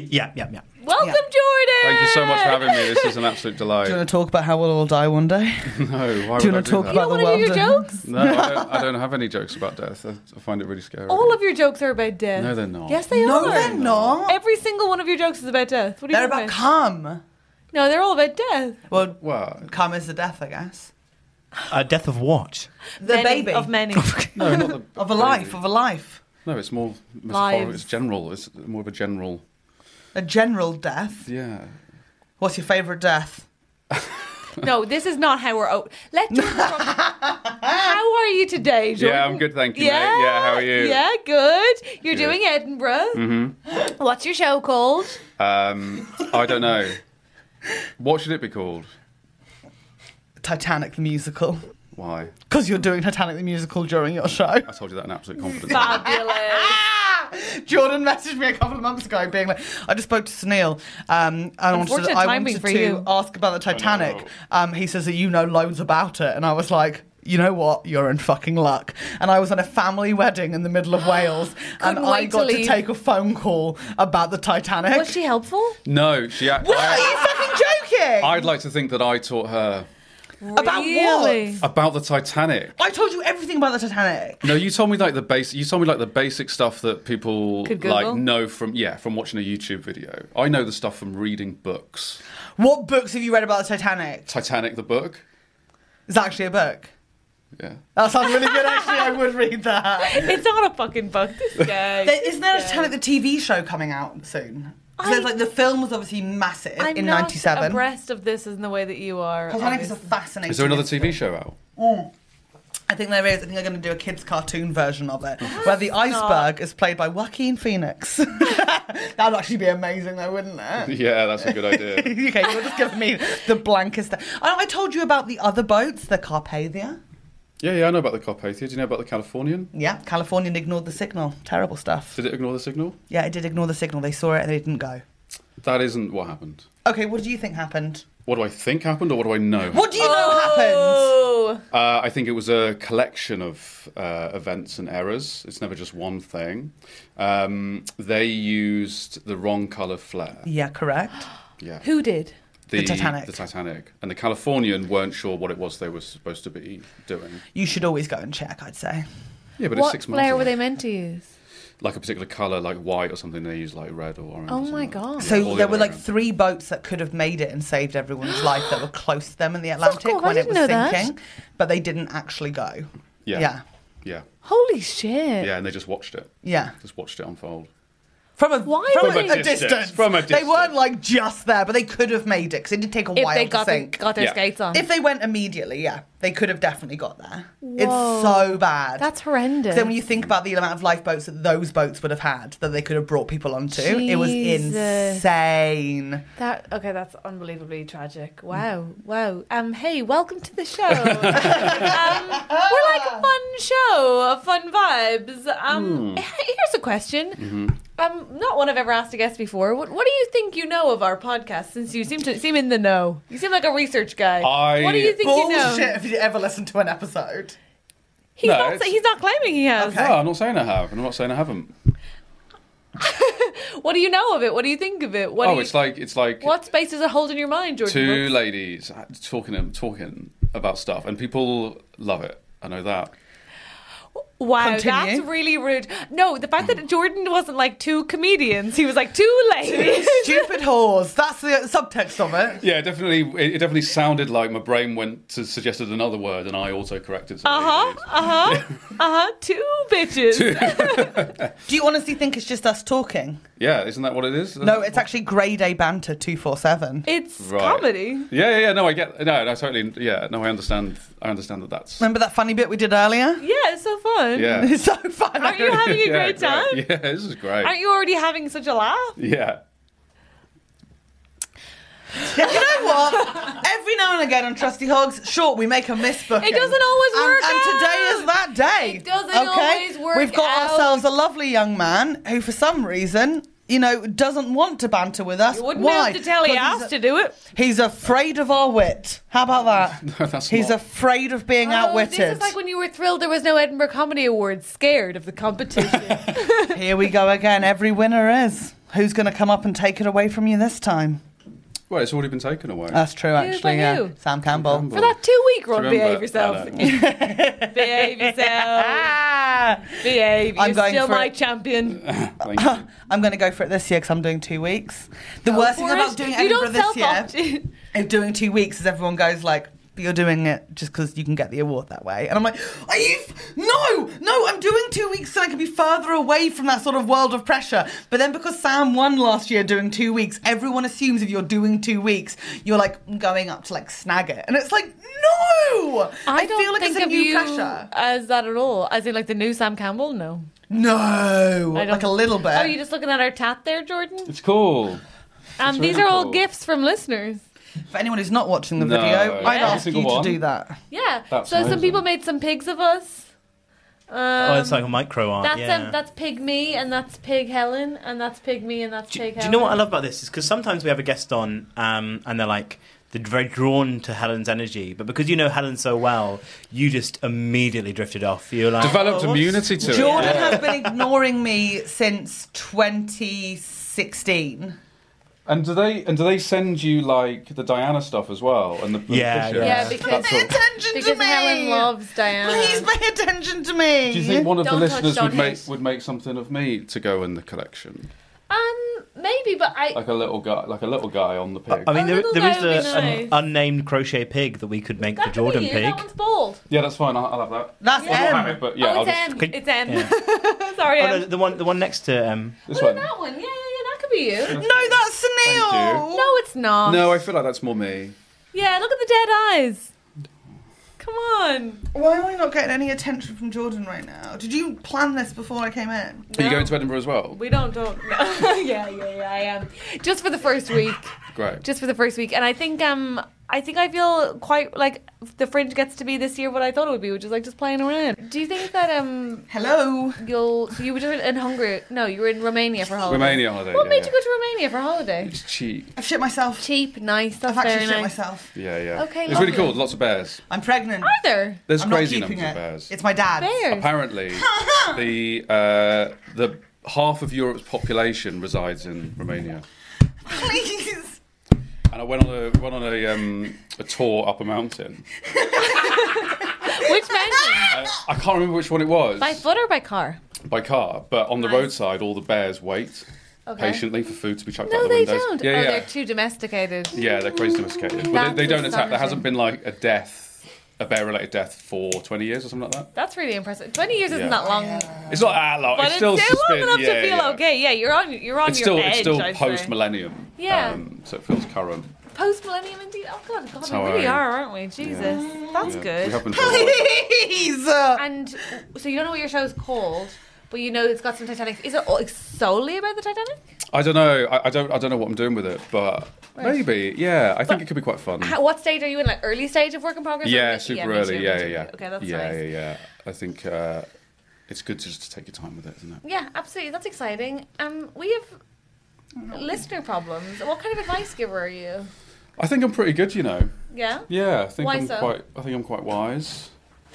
S4: Yeah, yeah, yeah.
S1: Welcome,
S2: Yeah.
S1: Jordan.
S7: Thank you so much for having me. This is an absolute delight.
S2: you want to talk about how we'll all die one day?
S7: no, why
S2: do you
S7: would I
S2: want to talk
S1: You
S2: about
S7: do that?
S2: the
S1: want to
S2: world?
S1: do your jokes?
S7: No, I don't, I don't have any jokes about death. I, I find it really scary.
S1: All of your jokes are about death.
S7: No, they're not.
S1: Yes, they
S2: No,
S1: are.
S2: they're not.
S1: Every single one of your jokes is about death. What are you
S2: They're
S1: talking
S2: about cum.
S1: No, they're all about death.
S2: Well,
S7: Well,
S2: cum is the death, I guess.
S4: Uh, death of what?
S2: The
S1: Many
S2: baby Oh
S1: of many.
S7: no, not the,
S2: Of a life, of a life,
S7: No, it's more metaphorical.
S1: Lives.
S7: It's general. It's more of a general.
S2: a general death.
S7: Yeah.
S2: What's your favourite death?
S1: no, this is not how we're. O- Let Jordan. Brooks- how are you today, Jordan?
S7: Yeah, I'm good, thank you, mate. Yeah, how are you?
S1: Yeah, good. You're
S7: Good. Mm-hmm.
S1: doing Edinburgh. What's your show called?
S7: Um, I don't know. What should it be called?
S2: Titanic the musical.
S7: Why?
S2: Because you're doing Titanic the musical during your show.
S7: I told you that in absolute confidence.
S1: Fabulous.
S2: Ah! Jordan messaged me a couple of months ago being like, I just spoke to Sunil um, and I wanted to,
S1: Unfortunate
S2: I
S1: timing
S2: wanted
S1: for
S2: to
S1: you.
S2: ask about the Titanic. um, he says that you know loads about it. And I was like, you know what? You're in fucking luck. And I was at a family wedding in the middle of Wales and
S1: Couldn't
S2: I
S1: wait to
S2: got to,
S1: leave.
S2: take a phone call about the Titanic.
S1: Was she helpful?
S7: No, she. Act-
S2: what? Are you fucking joking?
S7: I'd like to think that I taught her
S2: about
S1: Really?
S2: what?
S7: about the Titanic.
S2: I told you everything about the Titanic.
S7: No, you told me like the base. You told me like the basic stuff that people
S1: Could Google?
S7: like know from yeah from watching a YouTube video. I know the stuff from reading books.
S2: What books have you read about the Titanic?
S7: Titanic the book.
S2: It's actually a book.
S7: Yeah.
S2: That sounds really good, actually. I would read that.
S1: It's not a fucking book. This guy.
S2: There, isn't there a Titanic the TV show coming out soon? So
S1: I-
S2: there's like the film was obviously massive
S1: I'm
S2: in
S1: not
S2: '97.
S1: abreast of this in the way that you are.
S2: Titanic is a
S1: obviously.
S2: fascinating. Mm.
S7: Is there another TV show out?
S2: I think there is. I think they're going to do a kids' cartoon version of it, where the iceberg is played by Joaquin Phoenix. That'd actually be amazing, though, wouldn't it?
S7: Yeah, that's a good idea.
S2: okay, you're just giving me the blankest. Oh, I, I told you about the other boats, the Carpathia.
S7: yeah, yeah, I know about the Carpathia. Do you know about the Californian?
S2: Yeah, Californian ignored the signal. Terrible stuff.
S7: Did it ignore the signal?
S2: Yeah, it did ignore the signal. They saw it and they didn't go.
S7: That isn't what happened.
S2: Okay, what do you think happened?
S7: What do I think happened, or what do I know?
S2: What do you know happened?
S1: Oh,
S7: Uh, I think it was a collection of uh, events and errors. It's never just one thing. Um, they used the wrong color flare.
S2: Yeah, correct.
S7: Yeah.
S1: who did?
S7: the,
S2: Titanic.
S7: The Titanic. And the Californian weren't sure what it was they were supposed to be doing.
S2: You should always go and check, I'd say.
S7: Yeah, but it's
S1: What
S7: six months.
S1: flare were
S7: away.
S1: they meant to use?
S7: Like a particular color, like white or something. They used like red or orange.
S1: Oh
S7: or
S1: my
S7: something.
S1: God.
S2: So
S7: all the
S2: there
S7: other
S2: were
S7: way
S2: like
S7: around.
S2: three boats that could have made it and saved everyone's life that were close to them in the Atlantic
S1: off, I
S2: when it was
S1: didn't know that.
S2: sinking, but they didn't actually go.
S7: Yeah.
S2: Yeah.
S7: Yeah.
S1: Holy shit!
S7: Yeah, and they just watched it.
S2: Yeah.
S7: Just watched it unfold.
S2: From a
S1: Why
S2: from,
S1: would
S2: a,
S1: they-
S2: distance.
S7: From a
S2: They
S7: distance.
S2: weren't like just there, but they could have made it because it did take a
S1: If
S2: while
S1: they
S2: to
S1: got the,
S2: sink.
S1: got their
S7: Yeah.
S1: skates on,
S2: If they went immediately, yeah, they could have definitely got there. It's so bad.
S1: That's horrendous.
S2: Then when you think about the amount of lifeboats that those boats would have had that they could have brought people onto, it was
S1: Jesus.
S2: insane.
S1: That okay, that's unbelievably tragic.
S7: Mm.
S1: Wow, wow. Um, hey, welcome to the show. um, we're like a fun show, of fun vibes.
S7: Hmm.
S1: Um, here's a question.
S7: Mm-hmm.
S1: Um, not one I've ever asked a guest before. What, what do you think you know of our podcast? Since you seem to seem in the know, you seem like a research guy.
S7: I-
S1: what do you think you
S2: Bullshit!
S1: know?
S2: If you ever listen to an episode,
S1: He's,
S7: No,
S1: not,
S7: it's-
S1: he's not claiming he has.
S7: No, I'm not saying I have, and I'm not saying I haven't.
S1: What do you know of it? What do you think of it? What do
S7: oh,
S1: you,
S7: it's like it's like
S1: what space does it hold in your mind, Jordan?
S7: two
S1: Brooks?
S7: ladies talking and talking about stuff, and people love it. I know that.
S1: Wow,
S2: Continue.
S1: that's really rude. No, the fact that Jordan wasn't like two comedians, he was like two ladies.
S2: Stupid whores. That's the subtext of it.
S7: Yeah, definitely. It, it definitely sounded like my brain went to suggested another word, and I also corrected.
S1: Uh huh, uh huh, uh huh, two bitches.
S2: Do you honestly think it's just us talking?
S7: Yeah, isn't that what it is?
S2: No, it's actually grade A banter 247.
S1: It's
S7: Right.
S1: comedy.
S7: Yeah, yeah, yeah. No, I get. No, no, totally. Yeah, no, I understand. I understand that that's.
S2: Remember that funny bit we did earlier?
S1: Yeah, it's so fun.
S7: Yeah.
S2: It's so fun.
S1: Aren't you having a
S7: Yeah,
S1: great time?
S7: Yeah, this is great.
S1: Aren't you already having such a laugh?
S7: yeah.
S2: you know what? Every now and again on Trusty Hogs, sure, we make a misbook.
S1: It doesn't always
S2: and,
S1: work
S2: And today
S1: out.
S2: is that day.
S1: It doesn't always work
S2: We've got
S1: out.
S2: ourselves a lovely young man who, for some reason, you know, doesn't want to banter with us.
S1: You wouldn't
S2: Why?
S1: have to tell he
S2: 'Cause he's
S1: asked
S2: a-
S1: to do it.
S2: He's afraid of our wit. How about that?
S7: No, that's
S2: he's
S7: not-
S2: afraid of being outwitted.
S1: Oh, This is like when you were thrilled there was no Edinburgh Comedy Awards, scared of the competition.
S2: Here we go again. Every winner is. Who's going to come up and take it away from you this time?
S7: Well, it's already been taken away.
S2: That's true,
S1: by
S2: actually. Yeah.
S1: who?
S2: Sam Campbell.
S1: For that two week run,
S7: Remember-
S1: behave yourself.
S7: No, no.
S1: behave yourself.
S2: Ah!
S1: behave. You're
S2: I'm going
S1: still
S2: for
S1: my
S2: it.
S1: champion.
S7: Thank you.
S2: I'm going to go for it this year because I'm doing two weeks. The worst thing
S1: Oh, for
S2: about
S1: it.
S2: doing
S1: You don't
S2: Edinburgh this
S1: self-opt.
S2: year is doing two weeks is everyone goes like, but you're doing it just because you can get the award that way. And I'm like, are you? F- no, no, I'm doing two weeks so I can be further away from that sort of world of pressure. But then because Sam won last year doing two weeks, everyone assumes if you're doing two weeks, you're like going up to like snag it. And it's like, no! I,
S1: don't
S2: feel like
S1: think
S2: it's a
S1: of
S2: new
S1: you
S2: pressure.
S1: as that at all. As in, like the new Sam Campbell? No.
S2: No!
S1: I don't-
S2: Like a little bit.
S1: Oh, you're just looking at our tat there, Jordan?
S7: It's cool.
S1: Um,
S7: really
S1: these are all
S7: cool.
S1: gifts from listeners.
S2: For anyone who's not watching the
S7: No,
S2: video, I'd
S7: every
S2: ask you
S7: single one.
S2: to do that.
S1: Yeah.
S7: That's
S1: so some
S7: amazing.
S1: people made some pigs of us. Um,
S4: oh, it's like a micro art.
S1: that's
S4: yeah.
S1: um, that's pig me and that's pig Helen and that's pig me and that's pig
S4: do you
S1: Helen.
S4: know what I love about this? Is because sometimes we have a guest on, um, and they're like they're very drawn to Helen's energy, but because you know Helen so well, you just immediately drifted off. You're like
S7: Developed
S4: "Oh, what's-"
S7: immunity to it.
S2: Jordan has been ignoring me since 2016.
S7: And do they and do they send you like the Diana stuff as well? And the, the
S4: Yeah,
S7: pictures?
S4: yeah.
S1: Yeah, because-
S7: That's
S2: Pay
S7: all.
S2: attention to
S1: Because
S2: me.
S1: Helen loves Diana.
S2: Please pay attention to me.
S7: Do you think one of
S1: Don't
S7: the
S1: touch,
S7: listeners
S1: don't
S7: would make
S1: hate.
S7: would make something of me to go in the collection,
S1: Um, maybe, but I.
S7: like a little guy, like a little guy on the pig?
S4: Uh, I mean,
S1: A
S4: there,
S1: little
S4: there is
S1: guy would be
S4: a,
S1: nice.
S4: an unnamed crochet pig that we could make
S1: that
S4: the
S1: could
S4: Jordan
S1: be you.
S4: pig.
S1: That one's bald.
S7: yeah, that's fine. I'll, I'll have that.
S2: That's
S7: Well, I'll
S2: M.
S7: have it, but yeah,
S1: oh,
S7: I'll
S1: it's
S7: just,
S1: M.
S4: Could-
S1: It's M.
S4: yeah.
S1: Sorry,
S4: Oh,
S1: M.
S4: no, the one, the one next to um,
S7: this
S1: Look at
S7: one.
S1: that one. Yeah, yeah, yeah. That could be you.
S2: No, that's
S7: Thank
S2: Neil.
S1: No, it's not.
S7: No, I feel like that's more me.
S1: Yeah, look at the dead eyes. Come on.
S2: Why am I not getting any attention from Jordan right now? Did you plan this before I came in?
S7: Are you
S1: No.
S7: going to Edinburgh as well?
S1: We don't don't. No. yeah, yeah, yeah. I am. Just for the first week.
S7: Great.
S1: Just for the first week, and I think um. I think I feel quite like the fringe gets to be this year what I thought it would be, which is like just playing around. Do you think that um
S2: Hello.
S1: you'll so you were just in Hungary? No, you were in Romania for holiday.
S7: Romania holiday.
S1: What
S7: yeah,
S1: made
S7: yeah.
S1: you go to Romania for holiday?
S7: It's cheap.
S2: I've shit myself.
S1: Cheap, nice. That's
S2: I've actually
S1: very
S2: shit
S1: nice.
S2: myself.
S7: Yeah, yeah.
S1: Okay,
S7: it's really
S1: lovely.
S7: cool. Lots of bears.
S2: I'm pregnant.
S1: Are there
S7: There's
S2: I'm
S7: crazy
S2: not
S7: numbers
S2: keeping it.
S7: of bears.
S2: It's my dad.
S1: bears?
S7: Apparently, the uh, the half of Europe's population resides in Romania.
S2: Please.
S7: And I went on a went on a um, a tour up a mountain.
S1: Which mountain?
S7: I, I can't remember which one it was
S1: by foot or by car?
S7: by car, but on the
S1: Nice.
S7: roadside, all the bears wait
S1: Okay.
S7: patiently for food to be chucked out
S1: No,
S7: the
S1: they
S7: windows.
S1: don't.
S7: Yeah,
S1: oh,
S7: yeah,
S1: they're too domesticated.
S7: yeah. They're crazy domesticated, but
S1: That's
S7: they, they don't attack. There
S1: astonishing.
S7: hasn't been like a death, a bear related death for 20 years or something like that.
S1: That's really impressive. Twenty years
S7: Yeah.
S1: isn't that long,
S7: It's not that long.
S1: but
S7: it's still
S1: long
S7: suspend-
S1: enough
S7: yeah,
S1: to feel
S7: yeah.
S1: okay. Yeah, you're on. You're on
S7: It's
S1: your
S7: still
S1: edge.
S7: it's still
S1: I'd say.
S7: post millennium.
S1: Yeah.
S7: Um, so it feels current.
S1: Post millennium, indeed. Oh god, god,
S7: how
S1: we really
S7: I-
S1: are, aren't we? Jesus, that's
S7: Yeah, We
S1: good.
S7: haven't for a while.
S2: Please. Uh,
S1: And so you don't know what your show's called, but you know it's got some Titanic. Is it all, solely about the Titanic?
S7: I don't know. I, I don't. I don't know what I'm doing with it, but maybe. Yeah, I think it could be quite fun.
S1: How, what stage are you in? Like early stage of work in progress? or
S7: yeah,
S1: mid-
S7: super
S1: me
S7: early.
S1: too,
S7: yeah,
S1: me
S7: yeah,
S1: too.
S7: yeah.
S1: Okay, that's
S7: yeah,
S1: nice.
S7: yeah, yeah. I think uh, it's good to just take your time with it, isn't it?
S1: Yeah, absolutely. That's exciting. Um, we have listener problems. What kind of advice giver are you?
S7: I think I'm pretty good, you know.
S1: Yeah.
S7: Yeah, I think
S1: Why
S7: I'm
S1: so?
S7: quite. I think I'm quite wise.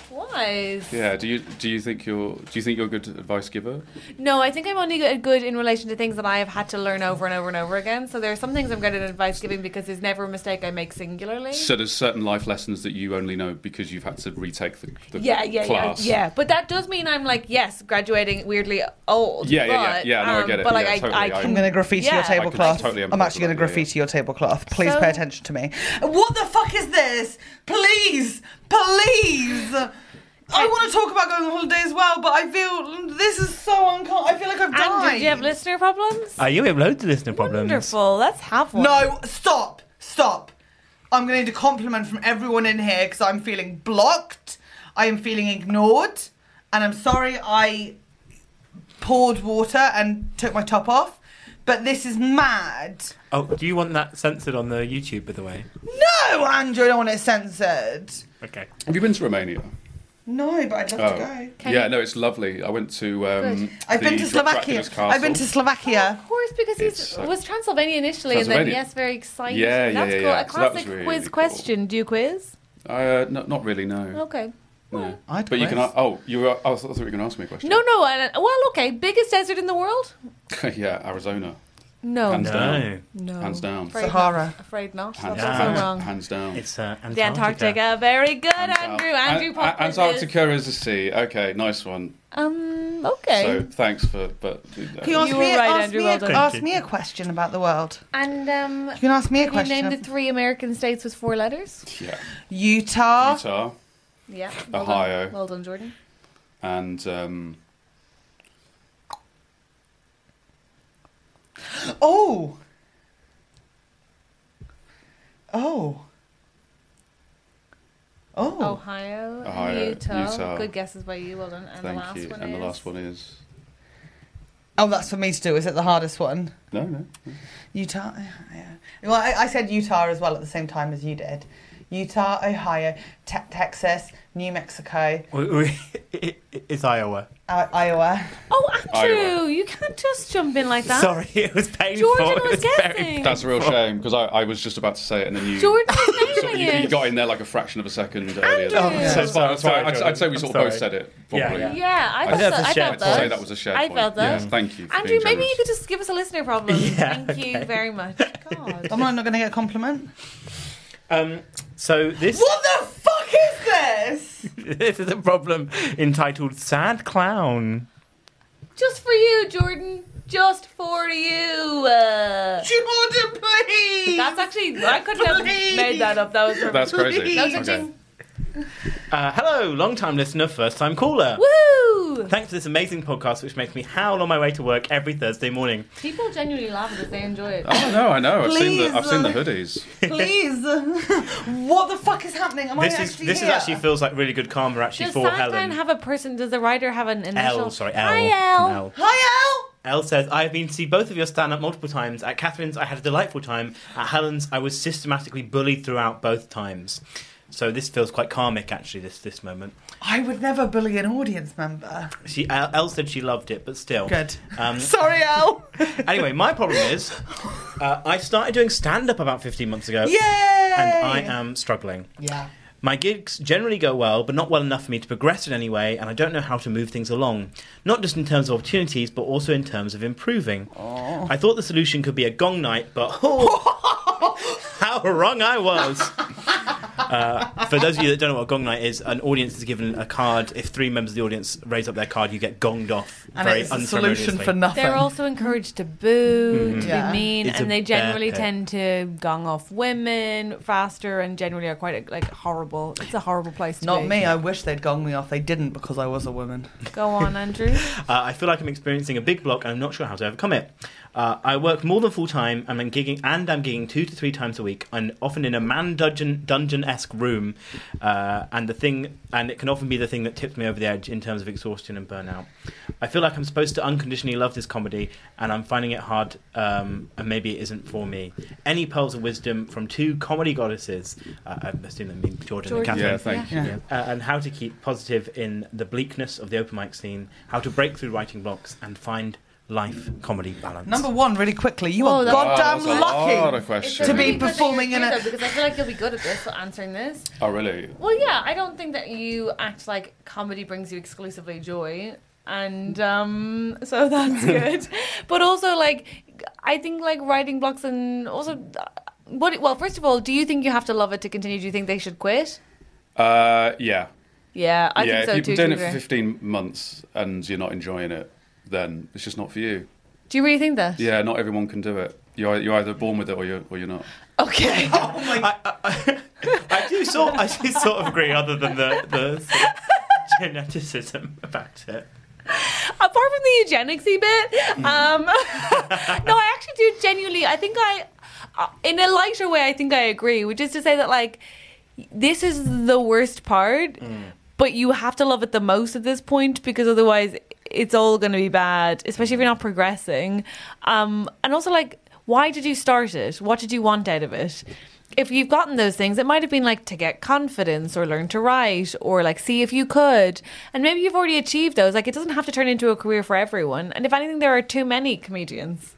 S1: Wise.
S7: Yeah. Do you do you think you're do you think you're a good advice giver?
S1: No, I think I'm only good- good in relation to things that I have had to learn over and over and over again. So there are some things I'm good at advice giving because there's never a mistake I make singularly.
S7: So there's certain life lessons that you only know because you've had to retake the, the
S1: yeah, yeah,
S7: class.
S1: yeah, yeah. But that does mean I'm like, yes, graduating weirdly old.
S7: Yeah, yeah, yeah.
S1: but,
S7: Yeah, no, I
S1: um,
S7: get it.
S1: But like,
S7: Yeah,
S1: I,
S7: totally.
S1: I
S7: I-
S1: can.
S2: I'm going to graffiti
S1: Yeah. I
S2: your
S1: could
S2: tablecloth.
S7: totally empathize
S2: I'm actually going
S7: with
S2: to
S7: that, yeah,
S2: graffiti your tablecloth. Please
S1: So-
S2: pay attention to me. What the fuck is this? Please, please. I want to talk about going on holiday as well, but I feel this is so uncomfortable. I feel like I've died.
S1: And did you have listener problems?
S4: Are oh, you have loads of listener problems?
S1: Wonderful. Let's have one.
S2: No, stop, stop. I'm going to need a compliment from everyone in here because I'm feeling blocked. I am feeling ignored, and I'm sorry I poured water and took my top off. But this is mad.
S8: Oh, do you want that censored on the YouTube, by the way?
S2: No, Andrew, I don't want it censored.
S8: Okay.
S7: Have you been to Romania? Oh.
S2: No, but I'd love to go.
S7: yeah, no, it's lovely. I went to. Um,
S2: I've
S7: the
S2: been to
S7: Dra-
S2: Slovakia.
S7: Dracula's
S2: I've been to
S7: castle.
S2: Slovakia.
S1: Of course, because he's
S7: It's, uh,
S1: was Transylvania initially, and then
S7: Transylvania.
S1: yes, very exciting.
S7: Yeah, yeah,
S1: That's
S7: yeah,
S1: cool.
S7: yeah.
S1: A
S7: So that was
S1: classic
S7: really
S1: quiz
S7: cool.
S1: question. Do you quiz?
S7: Uh, no, not really, no.
S1: Okay.
S7: no.
S2: I'd
S7: But you can.
S2: quiz.
S7: a- Oh, you. Were, I thought you were going to ask me a question.
S1: No, no. I, well, okay. Biggest desert in the world?
S7: yeah, Arizona.
S1: No,
S7: Hands
S4: No.
S7: down.
S1: no.
S7: Hands down.
S1: Afraid
S2: Sahara.
S1: Not, afraid not.
S7: Hands
S1: That's
S7: down.
S1: so wrong.
S7: Hands down.
S4: It's uh, Antarctica.
S1: The Antarctica. Very good, Andrew. Andrew.
S7: An-
S1: Popper is-
S7: Antarctica is the sea. Okay, nice one.
S1: Um. Okay.
S7: So thanks for. But uh,
S2: Can you ask,
S1: You
S2: me,
S1: were right,
S2: ask,
S1: Andrew,
S2: me,
S1: well
S2: a,
S1: done.
S2: ask me a question about the world?
S1: and um.
S2: You can ask me a
S1: Can you name the
S2: question.
S1: three American states with four letters?
S7: yeah,
S2: Utah.
S7: Utah
S1: Yeah.
S7: Ohio.
S1: Done. Well done, Jordan.
S7: and um,
S2: Oh. Oh. Oh.
S1: Ohio,
S7: Ohio,
S1: Utah.
S7: Utah.
S1: Good guesses by you. Well done. And the
S7: thank
S1: last
S7: you.
S1: one
S7: And
S1: is
S7: the last one is
S2: Oh, that's for me to do. Is it the hardest one?
S7: no, no.
S2: Utah. Yeah. Well, I, I said Utah as well at the same time as you did. Utah, Ohio, te- Texas, New Mexico,
S8: We- we- it- it- it's Iowa.
S2: I Iowa.
S1: Oh, Andrew,
S7: Iowa.
S1: you can't just jump in like that.
S8: Sorry, it was painful.
S1: Jordan
S8: It
S1: was
S8: very
S1: guessing.
S7: That's a real shame because I, I was just about to say it and then you.
S1: Jordan was
S7: sort of-
S1: nailing
S7: you, you
S1: it.
S7: got in there like a fraction of a second
S1: Andrew.
S7: earlier.
S1: Oh,
S7: so,
S1: I'm
S8: sorry,
S7: so
S8: sorry,
S7: I'd,
S8: Jordan.
S7: I'd say we
S8: I'm
S7: sort of both
S8: sorry.
S7: said it. Probably.
S8: Yeah, yeah.
S1: Yeah, I
S7: I'd
S1: felt
S7: say
S1: that. I
S4: that's a shared
S1: felt
S7: I'd say
S4: point.
S1: that.
S7: that was a shared
S1: I
S7: point.
S1: felt that.
S7: Yes, thank you. For
S1: Andrew,
S7: being
S1: maybe
S7: generous.
S1: you could just give us a listener problem.
S8: Yeah,
S1: Thank you very much. God.
S2: Am I not going to get a compliment?
S4: Um, so this
S2: What the fuck is this?
S4: this is a problem entitled "Sad Clown."
S1: Just for you, Jordan. Just for you. Uh,
S2: Jordan, please.
S1: that's actually, I couldn't have
S2: Please.
S1: made that up. That was from
S7: That's crazy.
S1: That was a
S7: Okay.
S1: jing.
S4: Uh, hello, long-time listener, first-time caller.
S1: Woo!
S4: Thanks for this amazing podcast, which makes me howl on my way to work every Thursday morning.
S1: People genuinely laugh at this. They enjoy it.
S7: Oh no, I know. I've seen
S2: Please,
S7: the I've seen the
S2: uh,
S7: hoodies.
S2: please. what the fuck is happening? Am
S4: This
S2: I
S4: is
S2: actually
S4: this
S2: here?
S4: is actually feels like really good karma actually
S1: Does
S4: for
S1: Sandman
S4: Helen.
S1: have a person? Does the writer have an initial?
S4: L, sorry, L.
S1: Hi, L.
S4: L.
S2: Hi, Al.
S4: Elle says, I have been to see both of your stand up multiple times. At Catherine's, I had a delightful time. At Helen's, I was systematically bullied throughout both times. So this feels quite karmic, actually, this, this moment.
S2: I would never bully an audience member.
S4: She, Elle Elle said she loved it, but still.
S2: Good.
S4: Um,
S2: Sorry, Al.
S4: anyway, my problem is, uh, I started doing stand up about 15 months ago.
S2: Yay!
S4: And I am struggling.
S2: Yeah.
S4: My gigs generally go well, but not well enough for me to progress in any way, and I don't know how to move things along. Not just in terms of opportunities, but also in terms of improving. I thought the solution could be a gong night, but oh, how wrong I was. Uh, for those of you that don't know what a gong night is, an audience is given a card. If three members of the audience raise up their card, you get gonged off.
S2: And
S4: very
S2: it's a solution
S4: unceremoniously.
S2: for nothing.
S1: They're also encouraged to boo, to
S2: Yeah.
S1: be mean,
S4: Mm-hmm. It's a
S1: and they generally
S4: bad
S1: tend to gong off women faster, and generally are quite like horrible. It's a horrible place to
S2: Not
S1: be.
S2: me. I wish they'd gong me off. They didn't because I was a woman.
S1: Go on, Andrew.
S4: Uh, I feel like I'm experiencing a big block and I'm not sure how to overcome it. Uh, I work more than full time and I'm gigging and I'm gigging two to three times a week and often in a man dungeon dungeon esque room. Uh, and the thing and it can often be the thing that tips me over the edge in terms of exhaustion and burnout. I feel like I'm supposed to unconditionally love this comedy and I'm finding it hard um, and maybe it isn't for me. Any pearls of wisdom from two comedy goddesses? Uh, I assume that means Jordan, and
S1: Jordan.
S4: Catherine
S7: Yeah, thank you.
S4: uh, and how to keep positive in the bleakness of the open mic scene, how to break through writing blocks and find life comedy balance?
S2: Number one, really quickly, you
S1: Whoa,
S2: are
S1: that-
S7: Wow,
S2: goddamn
S7: that's a lot
S2: lucky
S7: of questions.
S2: to be
S1: Really good that
S2: performing
S1: you
S2: in
S1: do
S2: a.
S1: that, because I feel like you'll be good at this answering this.
S7: Oh, really?
S1: Well, yeah, I don't think that you act like comedy brings you exclusively joy, and um, so that's good. but also, like, I think like writing blocks and also. uh, What, well, first of all, do you think you have to love it to continue? Do you think they should quit?
S7: Uh, yeah.
S1: Yeah, I
S7: yeah,
S1: think so
S7: if
S1: too.
S7: you've been
S1: to
S7: doing it
S1: be fair.
S7: for 15 months and you're not enjoying it, then it's just not for you.
S1: Do you really think that?
S7: Yeah, not everyone can do it. You're, you're either born with it or you're, or you're not.
S1: Okay.
S8: I do sort. I do sort of agree, other than the the sort of geneticism about it.
S1: apart from the eugenicsy bit, um, no, I actually do genuinely. I think I, uh, in a lighter way, I think I agree, which is to say that like this is the worst part, but you have to love it the most at this point because otherwise it's all going to be bad, especially if you're not progressing. Um, and also like, why did you start it? What did you want out of it? If you've gotten those things, it might have been like to get confidence or learn to write or like see if you could. And maybe you've already achieved those. Like, it doesn't have to turn into a career for everyone. And if anything, there are too many comedians.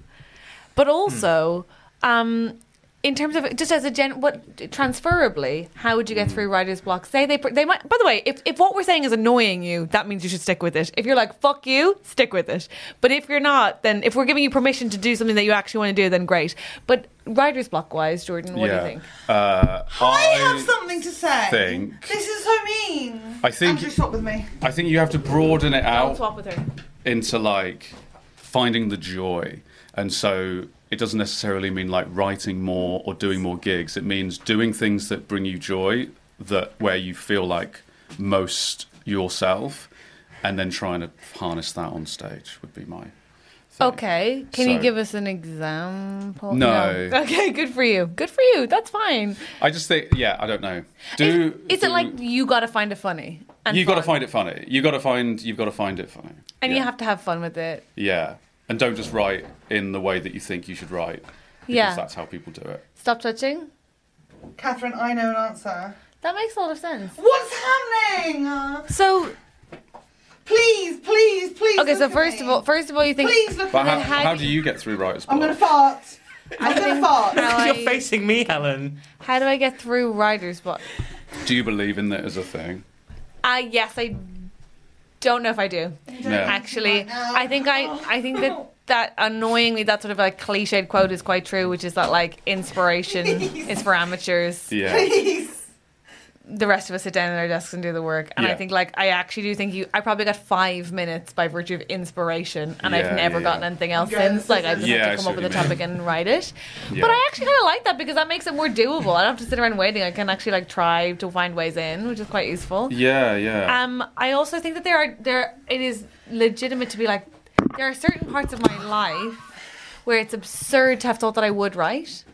S1: But also, um, in terms of just as a gen, what transferably, how would you
S7: Mm.
S1: get through writer's block? Say they they might. By the way, if, if what we're saying is annoying you, that means you should stick with it. If you're like fuck you, stick with it. But if you're not, then if we're giving you permission to do something that you actually want to do, then great. But writer's block wise, Jordan, what
S7: yeah.
S1: do you think?
S7: Uh,
S2: I have something to say.
S7: think-
S2: This is so mean.
S7: I think-
S2: Andrew, stop with me.
S7: I think you have to broaden it
S1: I'll
S7: out.
S1: swap with her.
S7: into like finding the joy. And so it doesn't necessarily mean like writing more or doing more gigs. It means doing things that bring you joy that where you feel like most yourself and then trying to harness that on stage would be my thing.
S1: Okay, can you
S7: So-
S1: give us an example?
S7: No.
S1: Okay, good for you. Good for you. That's fine.
S7: I just think yeah, I don't know. Do
S1: is, is it
S7: do-
S1: like you got to find it funny? And
S7: you got to
S1: fun?
S7: find it funny. You got to find you've got to find it funny.
S1: and
S7: yeah.
S1: you have to have fun with it.
S7: Yeah. And don't just write in the way that you think you should write. Because
S1: Yeah.
S7: that's how people do it.
S1: Stop touching.
S2: Catherine, I know an answer.
S1: That makes a lot of sense.
S2: What's happening? Uh,
S1: So
S2: please, please, please.
S1: okay,
S2: look
S1: so
S2: at
S1: first
S2: me.
S1: of all, first of all, you think
S2: please look
S7: But
S2: at
S7: how,
S2: me.
S7: how do you get through writer's block?
S2: I'm gonna fart. I'm gonna fart.
S1: how,
S8: You're
S1: I,
S8: facing me, Helen.
S1: how do I get through writer's block?
S7: Do you believe in that as a thing?
S1: Uh, yes, I don't know if I do.
S7: Yeah.
S1: Actually, I think I I think that that annoyingly that sort of like cliched quote is quite true, which is that like inspiration is for amateurs.
S7: Yeah.
S2: Please.
S1: The rest of us sit down at our desks and do the work. And I
S7: Yeah.
S1: think like I actually do think you I probably got five minutes by virtue of inspiration, and I've
S7: Yeah,
S1: never
S7: yeah,
S1: gotten
S7: yeah.
S1: anything else
S2: Yeah,
S1: since. Like I just
S7: Yeah,
S1: have
S7: I
S1: to come
S7: see
S1: up
S7: what
S1: with a
S7: you mean.
S1: topic and write it.
S7: Yeah.
S1: But I actually kind of like that because that makes it more doable. I don't have to sit around waiting. I can actually like try to find ways in, which is quite useful.
S7: Yeah, yeah.
S1: Um, I also think that there are there it is legitimate to be like there are certain parts of my life where it's absurd to have thought that I would write.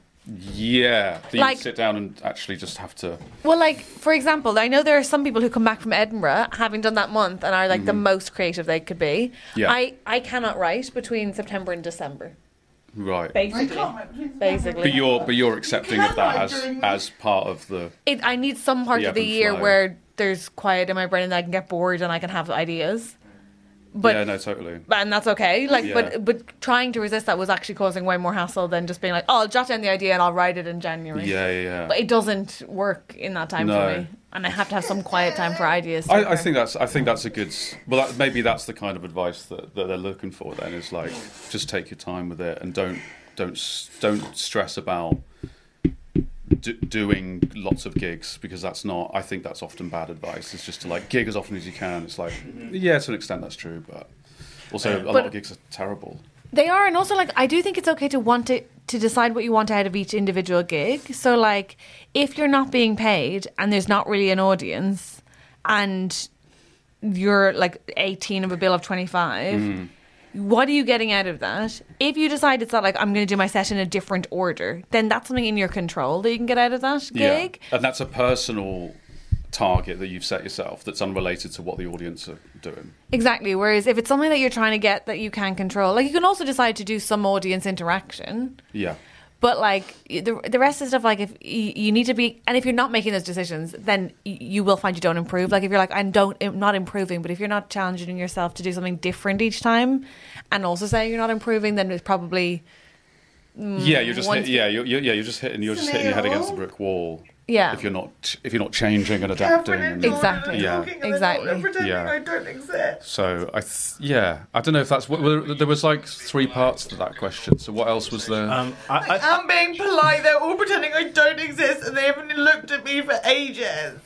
S7: yeah. Do you
S1: like-
S7: sit down and actually just have to.
S1: Well, like for example, I know there are some people who come back from Edinburgh having done that month and are like the most creative they could be.
S7: Mm-hmm. Yeah.
S1: I I cannot write between September and December.
S7: Right.
S2: I
S1: Basically,
S2: can't.
S7: But
S1: basically.
S7: you're but you're accepting of that as as part of the
S1: it, I need some part
S7: The
S1: of the
S7: ebb and
S1: year
S7: flow.
S1: where there's quiet in my brain and I can get bored and I can have ideas. But
S7: yeah no totally
S1: and that's okay. Like,
S7: Yeah.
S1: but but trying to resist that was actually causing way more hassle than just being like, oh, I'll jot down the idea and I'll write it in January.
S7: yeah yeah. yeah.
S1: But it doesn't work in that time
S7: No.
S1: for me, and I have to have some quiet time for ideas. to
S7: I, I
S1: occur.
S7: think that's I think that's a good s- well that, maybe that's the kind of advice that, that they're looking for then is like just take your time with it and don't don't s- don't stress about do, doing lots of gigs because that's not I think that's often bad advice it's just to like gig as often as you can it's like yeah to an extent that's true but also a lot of gigs are terrible
S1: They are, and also like I do think it's okay to want to to decide what you want out of each individual gig. So like if you're not being paid and there's not really an audience and you're like 18 of a bill of 25 what are you getting out of that if you decide it's not like i'm going to do my set in a different order then that's something in your control that you can get out of that gig
S7: yeah and that's a personal target that you've set yourself that's unrelated to what the audience are doing
S1: Exactly. Whereas if it's something that you're trying to get that you can control, like you can also decide to do some audience interaction,
S7: yeah
S1: But like the the rest of stuff, like if you, you need to be, and if you're not making those decisions, then y- you will find you don't improve. Like if you're like I'm don't I'm not improving, but if you're not challenging yourself to do something different each time, and also saying you're not improving, then it's probably
S7: yeah, you're just
S1: one
S7: hit,
S1: thing-
S7: yeah, you're, you're, yeah, you're just hitting you're just hitting your head against the brick wall.
S1: Yeah.
S7: If you're not if you're not changing and adapting. and-
S1: Exactly.
S7: Yeah.
S1: exactly.
S7: yeah. I don't exist. So I th- yeah, I don't know if that's what well, there was like three parts to that question. So what else was there?
S8: Um, I, I,
S2: I'm being polite. They're all pretending I don't exist and they haven't looked at me for ages.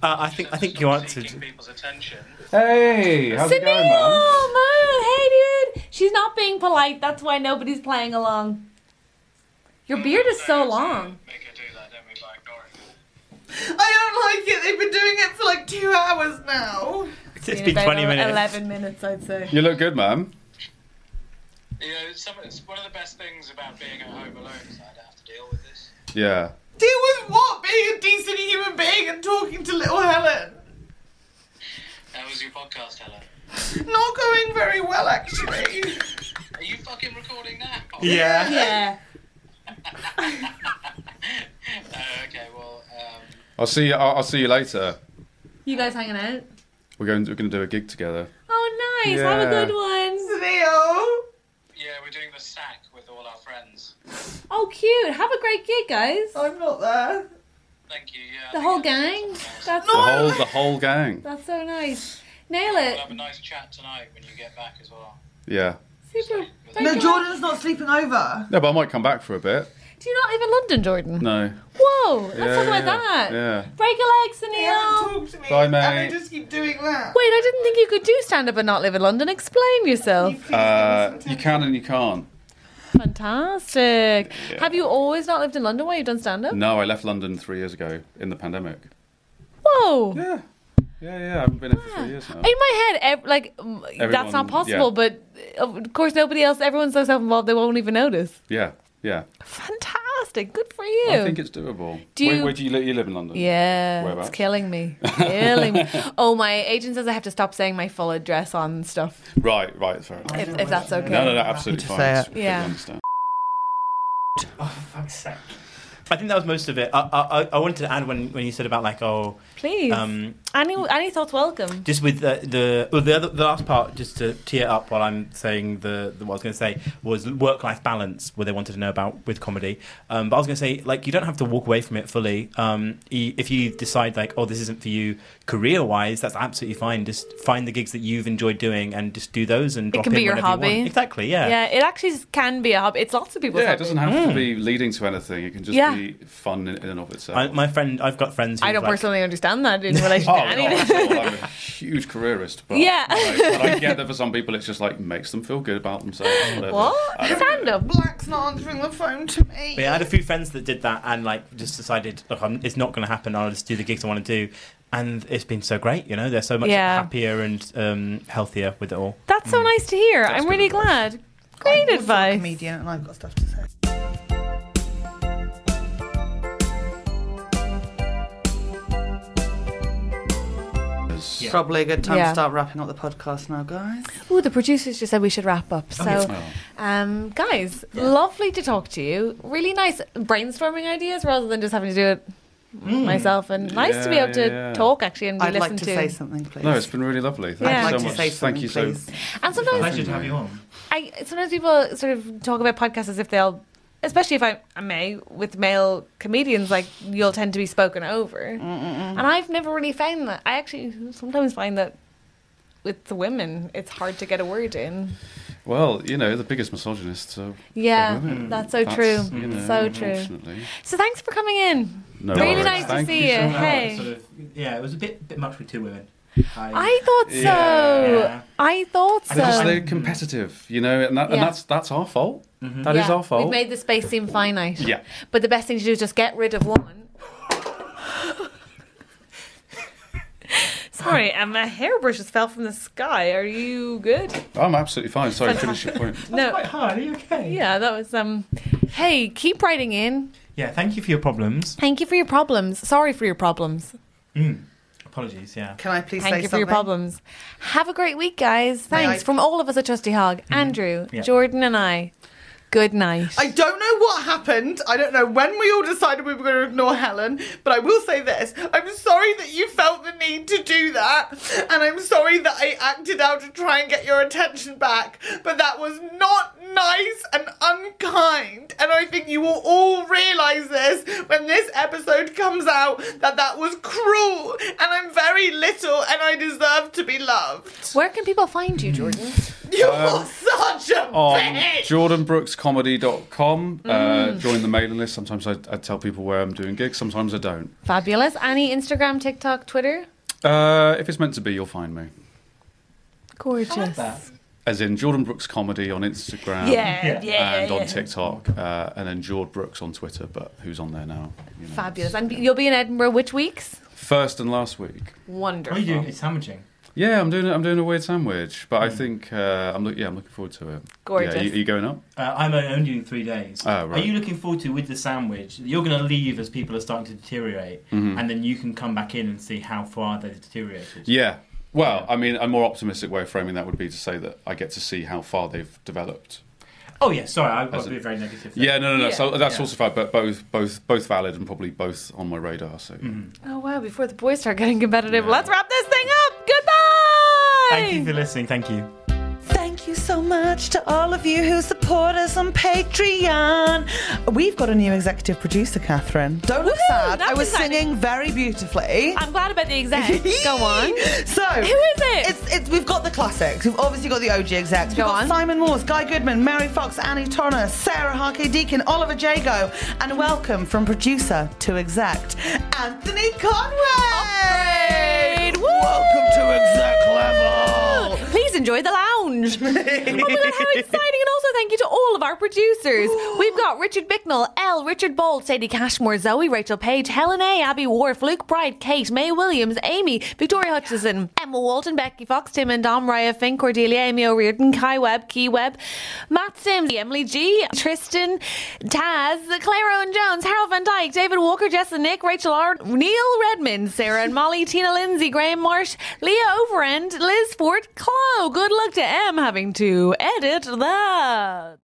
S8: uh, I think I think you answered.
S9: people's attention.
S7: hey, how's
S1: Sydney, oh man, hey dude, she's not being polite. That's why nobody's playing along. Your beard is so long.
S9: Make her do that, don't we, by ignoring her?
S2: I don't like it. They've been doing it for like two hours now.
S8: It's been twenty minutes.
S1: Eleven minutes, I'd say.
S7: You look good, ma'am.
S9: You know, some, it's one of the best things about being at home alone is that I don't have to deal with this.
S7: Yeah.
S2: Deal with what? Being a decent human being and talking to little Helen.
S9: How was your podcast, Helen?
S2: Not going very well, actually.
S9: Are you fucking recording now?
S8: Yeah.
S1: Yeah.
S9: Uh, okay, well, um,
S7: I'll see you. I'll, I'll see you later.
S1: You guys hanging out?
S7: We're going. We're going to do a gig together.
S1: Oh, nice.
S7: Have
S1: Have a
S7: a Yeah.
S1: good
S7: good
S1: one.
S2: Leo.
S9: yeah, we're doing the sack with all our friends.
S1: Oh, cute. Have a great gig, guys.
S2: I'm not there.
S9: Thank you, yeah. I
S1: The
S9: think
S1: whole
S9: that's-
S1: gang. That's
S7: The whole the whole gang.
S1: that's so nice. Nail
S9: We'll have
S1: it.
S9: a nice chat tonight when you get back as well.
S7: Yeah.
S1: Super.
S2: No,
S1: Thank you.
S2: Jordan's not sleeping over.
S7: No, but I might come back for a bit.
S1: Do you not live in London, Jordan?
S7: No.
S1: Whoa. Let's
S7: Yeah,
S1: talk about
S7: yeah,
S1: that.
S7: Yeah.
S1: Break your legs, Sunil.
S2: They haven't talked to me.
S7: Bye, mate.
S2: And they just keep doing that.
S1: Wait, I didn't think you could do stand up and not live in London. Explain yourself.
S7: Uh, you can and you can't.
S1: Fantastic. Have you always not lived in London while you've done stand up?
S7: No, I left London three years ago in the pandemic.
S1: Whoa.
S7: Yeah. Yeah, yeah. I haven't been here for three years now.
S1: In my head, ev- like m that's
S7: Everyone-
S1: not possible.
S7: yeah.
S1: But of course, nobody else. Everyone's so self-involved they won't even notice.
S7: Yeah. Yeah.
S1: Fantastic, good for you.
S7: I think it's doable.
S1: Do
S7: where,
S1: you-
S7: where do you live? You live in London?
S1: yeah,
S7: Whereabouts?
S1: it's killing me. Killing me. Oh, my agent says I have to stop saying my full address on stuff.
S7: Right. Right. Fair enough.
S1: If, if that's okay.
S7: No, no, no. Absolutely fine.
S2: say it.
S7: Completely
S1: Yeah.
S7: understand.
S8: Oh, Fuck's sake. I think that was most of it. I, I, I- I wanted to add when, when you said about like oh,
S1: Please.
S8: um,
S1: any any thoughts welcome.
S4: just with the the, well, the, other, the last part, just to tee it up while I'm saying the, the what I was going to say was work life balance, where they wanted to know about with comedy. Um, but I was going to say like you don't have to walk away from it fully. Um, y- if you decide like oh this isn't for you career wise, that's absolutely fine. Just find the gigs that you've enjoyed doing and just do those and drop
S1: can
S4: in
S1: be your
S4: whenever you want.
S1: hobby.
S4: Exactly. Yeah.
S1: Yeah, it actually can be a hobby. It's lots of people's
S7: Yeah,
S1: hobby.
S7: it doesn't have to be leading to anything. It can just
S1: Mm. Yeah.
S7: be fun in, in and of itself.
S4: I, my friend, I've got friends. Who
S1: I don't
S4: like,
S1: personally understand that in relation
S7: Oh,
S1: to
S7: no,
S1: anything.
S7: first of all, I'm a huge careerist, but
S1: Yeah.
S7: like, but I get that for some people, it's just like makes them feel good about themselves. Whatever.
S1: What?
S7: I don't
S1: Stand
S7: know.
S1: up.
S2: Black's not answering the phone to me.
S4: But yeah, I had a few friends that did that and like just decided, look, I'm, it's not going to happen. I'll just do the gigs I want to do, and it's been so great. You know, they're so much
S1: Yeah.
S4: happier and um, healthier with it all.
S1: That's
S7: Hmm.
S1: so nice to hear. I'm
S7: good
S1: really
S7: advice.
S1: glad. Great
S2: I'm also a
S1: advice.
S2: comedian and I've got stuff to say. Probably a good time
S1: Yeah.
S2: to start wrapping up the podcast now, guys.
S1: Ooh, the producers just said we should wrap up.
S7: Oh,
S1: So, um, guys, lovely to talk to you. Really nice brainstorming ideas rather than just having to do it myself. And nice to be
S7: Yeah,
S1: able to
S7: yeah, yeah.
S1: talk actually and be
S2: Mm. I'd like
S1: listened
S2: to, say something, please.
S7: No, it's been really lovely. Thank
S1: Yeah.
S7: you
S2: I'd
S7: so
S2: like to
S7: much.
S2: say something,
S7: Thank you so
S2: please.
S1: And sometimes
S8: Pleasure to have you on.
S1: I sometimes people sort of talk about podcasts as if they'll, especially if I, I may, with male comedians, like you'll tend to be spoken over. And I've never really found that. I actually sometimes find that with the women, it's hard to get a word in.
S7: Well, you know, the biggest misogynists are
S1: Yeah,
S7: are women.
S1: that's so true. Mm.
S7: you know,
S1: So true.
S7: unfortunately.
S1: So thanks for coming in.
S7: No
S1: Really
S7: worries.
S1: nice to
S7: Thank
S1: see
S7: so
S1: you.
S7: much.
S1: Hey.
S4: Sort of, yeah, it was a bit bit much with two women.
S1: I thought so.
S4: Yeah.
S1: I thought so.
S7: They're, just, they're competitive, you know, and, that,
S1: um, Yeah. Mm-hmm.
S7: and that's that's our fault. That is
S1: Yeah,
S7: our fault.
S1: We've made the space seem finite.
S7: Yeah.
S1: But the best thing to do is just get rid of one. Sorry, and my hairbrush just fell from the sky. Are you good?
S7: I'm absolutely fine. Sorry, finish your point.
S1: no.
S8: Hi, are you okay?
S1: Yeah, that was um. Hey, keep writing in.
S4: Yeah, thank you for your problems.
S1: Thank you for your problems. Sorry for your problems.
S4: Apologies. Yeah.
S2: Can I please
S1: Thank you
S2: say
S1: for
S2: something?
S1: your problems. Have a great week, guys. Thanks
S2: I-
S1: from all of us at Trusty Hog, Andrew,
S4: Yeah.
S1: Jordan, and I. Good night.
S2: I don't know what happened. I don't know when we all decided we were going to ignore Helen, but I will say this. I'm sorry that you felt the need to do that, and I'm sorry that I acted out to try and get your attention back, but that was not nice and unkind. And I think you will all realize this when this episode comes out that that was cruel, and I'm very little, and I deserve to be loved.
S1: Where can people find you, Jordan?
S8: Mm.
S2: You are such a
S7: Um, on
S2: bitch!
S7: jordanbrookscomedy.com. Uh,
S1: Mm.
S7: join the mailing list. Sometimes I, I tell people where I'm doing gigs, sometimes I don't.
S1: Fabulous. Any Instagram, TikTok, Twitter?
S7: Uh, if it's meant to be, you'll find me.
S1: Gorgeous.
S7: As in Jordan Brooks Comedy on Instagram
S1: Yeah, yeah, yeah.
S7: and
S1: yeah.
S7: on TikTok, uh, and then Jord Brooks on Twitter, but who's on there now? You know,
S1: Fabulous. And you'll be in Edinburgh which
S8: Oh,
S1: weeks?
S7: First and last week.
S1: Wonderful.
S8: What are you doing? It's sandwiching.
S7: Yeah, I'm doing I'm doing a weird sandwich, but I think uh, I'm look, yeah I'm looking forward to it.
S1: Gorgeous.
S7: Yeah, you, you going up?
S8: Uh, I'm only doing three days.
S7: Oh, right.
S8: Are you looking forward to with the sandwich? You're going to leave as people are starting to deteriorate, and then you can come back in and see how far they've deteriorated.
S7: Yeah. Well, I mean, a more optimistic way of framing that would be to say that I get to see how far they've developed.
S8: Oh yeah, sorry, I've got
S7: As
S8: to
S7: a-
S8: be very negative. there.
S7: Yeah, no, no, no.
S1: Yeah.
S7: So that's
S8: Yeah.
S7: also fair, but both, both, both valid and probably both on my radar. So
S1: Oh, wow. Before the boys start getting competitive,
S7: Yeah.
S1: let's wrap this thing up. Goodbye.
S8: Thank you for listening. Thank you.
S2: Thank you so much to all of you who support us on Patreon. We've got a new executive producer, Catherine. Don't look
S1: Woohoo,
S2: sad.
S1: that's
S2: I was
S1: exciting.
S2: singing very beautifully.
S1: I'm glad about the exec. Go on.
S2: So
S1: Who is it?
S2: It's, it's we've got the classics. We've obviously got the OG execs.
S1: Go
S2: we've got
S1: on.
S2: Simon Morse, Guy Goodman, Mary Fox, Annie Turner, Sarah Harkey Deacon, Oliver Jago, and welcome from producer to exec, Anthony Conway.
S1: Upgrade. Woo!
S2: Welcome to exec level.
S1: Please enjoy the lounge. oh my god, how exciting! And also thank you to all of our producers. We've got Richard Bicknell, L, Richard Bold, Sadie Cashmore, Zoe, Rachel Page, Helen A, Abby Wharf, Luke Bright, Kate, May Williams, Amy, Victoria Hutchison, Emma Walton, Becky Fox, Tim and Dom, Raya Fink, Cordelia, Amy O'Reardon, Kai Webb, Key Webb, Matt Sims, Emily G, Tristan, Taz, Claire Owen Jones, Harold Van Dyke, David Walker, Jess and Nick, Rachel R, Neil Redmond, Sarah and Molly, Tina Lindsay, Graham Marsh, Leah Overend, Liz Ford, Chloe. Good luck to Em having to edit that.